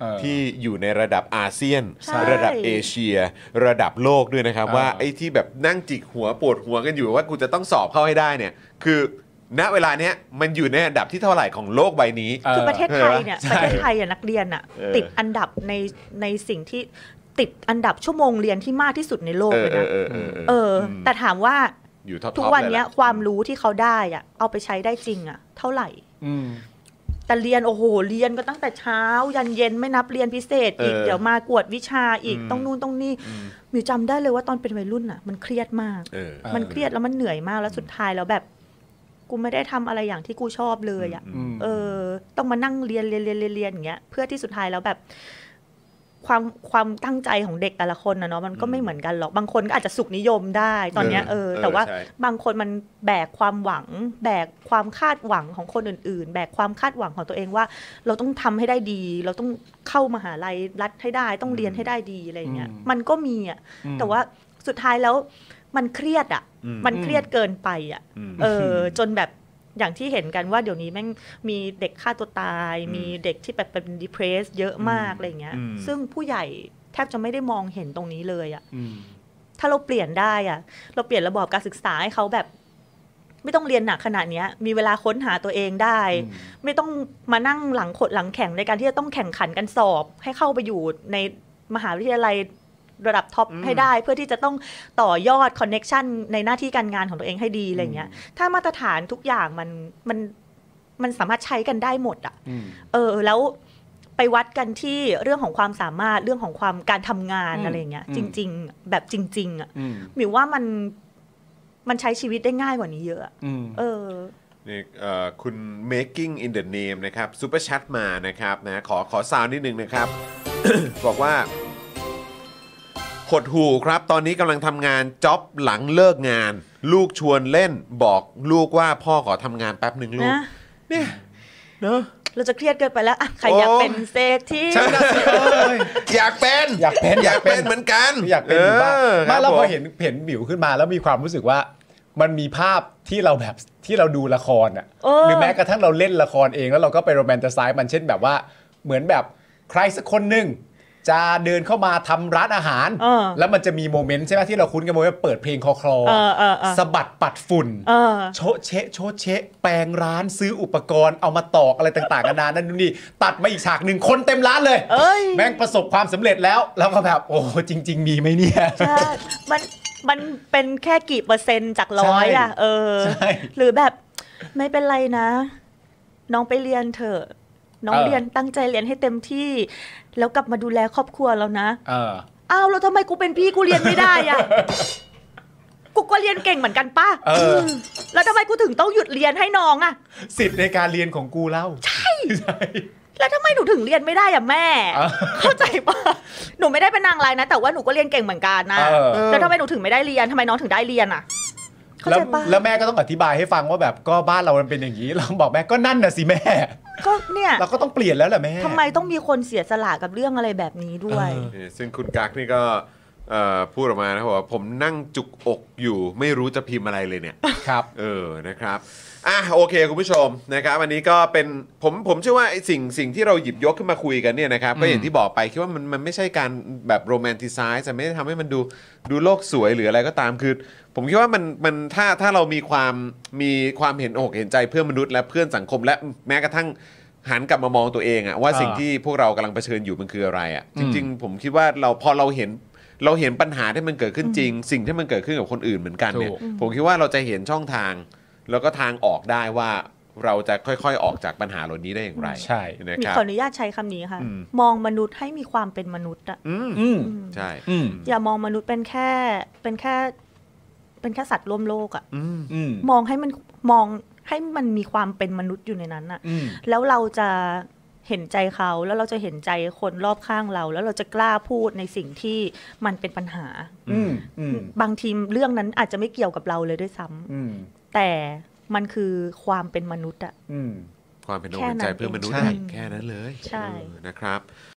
A: เออ
C: ที่อยู่ในระดับอาเซียน
B: ใช่
C: ระดับเอเชีย ระดับโลกด้วยนะครับ
A: เออ
C: ว่าไอ้ที่แบบนั่งจิกหัวปวดหัวกันอยู่ว่ากูจะต้องสอบเข้าให้ได้เนี่ย คือณเวลาเนี้ยมันอยู่ในอันดับที่เท่าไหร่ของโลกใบนี้
A: ออ
B: คือประเทศไทยเนี่ย
A: ใช่
B: ประเทศไทยอ่ะนักเรียนอ่ะ
C: เออ
B: ติดอันดับในในสิ่งที่ติดอันดับชั่วโมงเรียนที่มากที่สุดในโลกเลยนะ
C: เออเออเออเออ
B: เอออ
C: ม
B: แต่ถามว่า
C: อยู่ท็อป
B: ทุก
C: ๆ
B: วัน
C: เลย
B: เนี้ย
C: ล่ะ
B: ความรู้ที่เขาได้อ่ะเอาไปใช้ได้จริงอ่ะ เท่าไหร่
A: อืม
B: แต่เรียนโอ้โหเรียนก็ตั้งแต่เช้า ยันเย็นไม่นับเรียนพิเศษอีก
C: เออ
B: เดี๋ยวมากวดวิชาอีก
C: อืม
B: ต้องนู่นต้องนี่มิวจำได้เลยว่าตอนเป็นวัยรุ่นอ่ะ มันเครียดมาก
C: เออ
A: เออ
B: มันเครียดแล้วมันเหนื่อยมากแล้วสุดท้ายแล้วแบบ กูไม่ได้ทำอะไรอย่างที่กูชอบเลยอ่ะ
A: อืม
B: เออ ต้องมานั่งเรียนเรียนเรียนเรียนเรียนอย่างเงี้ย เพื่อที่สุดท้ายแล้วแบบ ความความตั้งใจของเด็กแต่ละคนนะเนาะมันก็ไม่เหมือนกันหรอก บางคนก็อาจจะสุขนิยมได้ตอนเนี้ยเออ แต่ว่า
C: ใช่
B: บางคนมันแบกความหวัง แบกความคาดหวังของคนอื่น ๆ แบกความคาดหวังของตัวเองว่า เราต้องทำให้ได้ดี เราต้องเข้ามหาลัยรัฐให้ได้ ต้องเรียนให้ได้ดีอะไรอย่างเงี้ย
A: อืม
B: มันก็มีอ่ะแต่ว่าสุดท้ายแล้วมันเครียดอ่ะ
C: อื
B: มันเครียดเกินไปอ่ะ
C: อืม
B: เออจนแบบอย่างที่เห็นกันว่าเดี๋ยวนี้แม่งมีเด็กฆ่าตัวตาย
C: อืม
B: มีเด็กที่แบบเป็น depressed เยอะมากอะไรอย่างเงี้ย
C: อืม
B: ซึ่งผู้ใหญ่แทบจะไม่ได้มองเห็นตรงนี้เลยอะ
A: อืม
B: ถ้าเราเปลี่ยนได้อะเราเปลี่ยนระบอบการศึกษาให้เขาแบบ ไม่ต้องเรียนหนักขนาดเนี้ย มีเวลาค้นหาตัวเองได้ ไม่ต้องมานั่งหลังขดหลังแข่งในการที่จะต้องแข่งขันกันสอบ ให้เข้าไปอยู่ในมหาวิทยาลัยระดับท็อป
A: อืม
B: ให้ได้ เพื่อที่จะต้องต่อยอดคอนเน็ชันในหน้าที่การงานของตัวเองให้ดีอะไรเงี้ยถ้ามาตรฐานทุกอย่างมันมันมันสามารถใช้กันได้หมดอะ่ะเออแล้วไปวัดกันที่เรื่องของความสามารถเรื่องของความการทำงาน
A: อืม
B: อะไรเงี้ย
A: อืม
B: จริง ๆ แบบจริง ๆอะ่ะ
A: อืม
B: หมิวว่ามันมันใช้ชีวิตได้ง่ายกว่านี้เยอะอะ
A: อืม
B: เออ
C: นี่เอ่อคุณ making in the name นะครับซูเปอร์ชัดมานะครับนะขอขอซาวนิดนึงนะครับ *coughs* บอกว่า หดหู่ครับ ตอนนี้กำลังทำงานจ็อบหลังเลิกงาน ลูกชวนเล่นบอกลูกว่าพ่อขอทำงานแป๊บหนึ่งลูก
B: นะ
C: เนี่ย
A: เนอะ
B: เราจะเครียดเกินไปแล้วอ่ะใครอยาก
C: โอ้
B: เป็นเศรษฐี
C: ใช่ไหมอยากเป็น
A: อยากเป็นอ
C: อาย
A: ยากกเป็
C: เป็น
A: น
C: เหมือนกัน
A: อยากเป็นอยู่บ้างไมา
C: ครับ
A: แล้วพ
C: ผ
A: อเห็นเห็นหมิวขึ้นมาแล้วมีความรู้สึกว่า มันมีภาพที่เราแบบที่เราดูละครอ่ะ
B: เออ
A: หรือแม้กระทั่งเราเล่นละครเองแล้วเราก็ไปโรแมนติไซส์มันเช่นแบบว่า เหมือนแบบใครสักคนหนึ่งจะเดินเข้ามาทำร้านอาหาร
B: เออ
A: แล้วมันจะมีโมเมนต์ใช่ไหมที่เราคุ้นกันโมเมนต์เปิดเพลงคอคลอ
B: เออเออเออ
A: สะบัดปัดฝุ่น
B: เออ
A: โชะเชะโชะเชะแปลงร้านซื้ออุปกรณ์เอามาตอกอะไรต่างๆนานานั่นนู่นนี่ตัดมาอีกฉากหนึ่งคนเต็มร้านเลย
B: เอ้ย
A: แม่งประสบความสำเร็จแล้ว แล้วก็แบบโอ้จริง ๆ มีไหมเนี่ย
B: ใช่มันมันเป็นแค่กี่เปอร์เซ็นต์จากร้อยอ่ะ
A: ใช่
B: เออ
A: ใช่
B: หรือแบบไม่เป็นไรนะ น้องไปเรียนเถอะ น้อง
A: เออ
B: เรียนตั้งใจเรียนให้เต็มที่ แล้วกลับมาดูแลครอบครัวแล้วนะ
A: เออ
B: อ้าวแล้วทำไมกูเป็นพี่กูเรียนไม่ได้อ่ะ *laughs* กูก็เรียนเก่งเหมือนกันป้า
A: เออ
B: แล้วทำไมกูถึงต้องหยุดเรียนให้น้องอ่ะ
A: สิทธิ์ในการเรียนของกูเล่า
B: แล้วทำไมหนูถึงเรียนไม่ได้อะแม่
A: เออ
B: *laughs* เข้าใจปะหนูไม่ได้เป็นนางร้ายนะ แต่ว่าหนูก็เรียนเก่งเหมือนกันนะ
A: เออ
B: แล้วทำไมหนูถึงไม่ได้เรียนทำไมน้องถึงได้เรียนอะเข้า
A: แล้ว
B: ใจปะ
A: แล้วแม่ก็ต้องอธิบายให้ฟังว่าแบบก็บ้านเรามันเป็นอย่างนี้ เราบอกแม่ก็นั่นน่ะสิแม่
B: ก็เนี่ย
A: เราก็ต้องเปลี่ยนแล้วแหละแม่
B: ทำไมต้องมีคนเสียสละกับเรื่องอะไรแบบนี้ด้วย
A: เออ
C: นี่ซึ่งคุณกั๊กนี่ก็เอ่อพูดออกมานะครับว่าผมนั่งจุกอกอยู่ ไม่รู้จะพิมพ์อะไรเลยเนี่ย
A: ครับ
C: เออนะครับอ่ะโอเคคุณผู้ชมนะครับอันนี้ก็เป็นผมผมเชื่อว่าไอ้สิ่งสิ่งที่เราหยิบยกขึ้นมาคุยกันเนี่ยนะครับก็อย่างที่บอกไปคิดว่ามันมันไม่ใช่การแบบโรแมนติไซส์ไม่ได้ทำให้มันดูดูโลกสวยหรืออะไรก็ตามคือ ผมคิดว่ามันมันถ้าถ้าเรามีความมีความเห็นอกเห็นใจเพื่อนมนุษย์และเพื่อนสังคม และแม้กระทั่งหันกลับมามองตัวเองอะว่า
A: อ่า
C: สิ่งที่พวกเรากำลังเผชิญอยู่มันคืออะไรอะจริง ๆ ผมคิดว่าเราพอเราเห็นเราเห็นปัญหาที่มันเกิดขึ้นจริง สิ่งที่มันเกิดขึ้นกับคนอื่นเหมือนกันเนี่ย
A: ถูก
C: ผมคิดว่าเราจะเห็นช่องทาง แล้วก็ทางออกได้ว่าเราจะค่อยๆออกจากปัญหาเหล่านี้ได้อย่างไร
A: ใช่
C: นะ
B: มี
C: ครับ
B: ขออนุญาตใช้คำนี้ค่ะ
C: อืม
B: มองมนุษย์ให้มีความเป็นมนุษย์อะ
C: อืม
A: อืม
B: อืม
C: ใช่
A: อืม
B: อย่ามองมนุษย์เป็นแค่เป็นแค่ เป็นแค่สัตว์ร่วมโลกอะ
C: อืม
A: อืม
B: มองให้มันมองให้มันมีความเป็นมนุษย์อยู่ในนั้นอะ
A: อืม
B: แล้วเราจะเห็นใจเขาแล้วเราจะเห็นใจคนรอบข้างเรา แล้วเราจะกล้าพูดในสิ่งที่มันเป็นปัญหา
A: อืมอืม
B: บางทีเรื่องนั้นอาจจะไม่เกี่ยวกับเราเลยด้วยซ้ำ
A: อืม
B: แต่มันคือความเป็นมนุษย์อะ
A: อืม
C: ความเป็นอกเป็นใจเพื่อนมนุษย์
A: ใช่
C: ได้แค่นั้นเลย
B: ใช่
C: เออนะครับ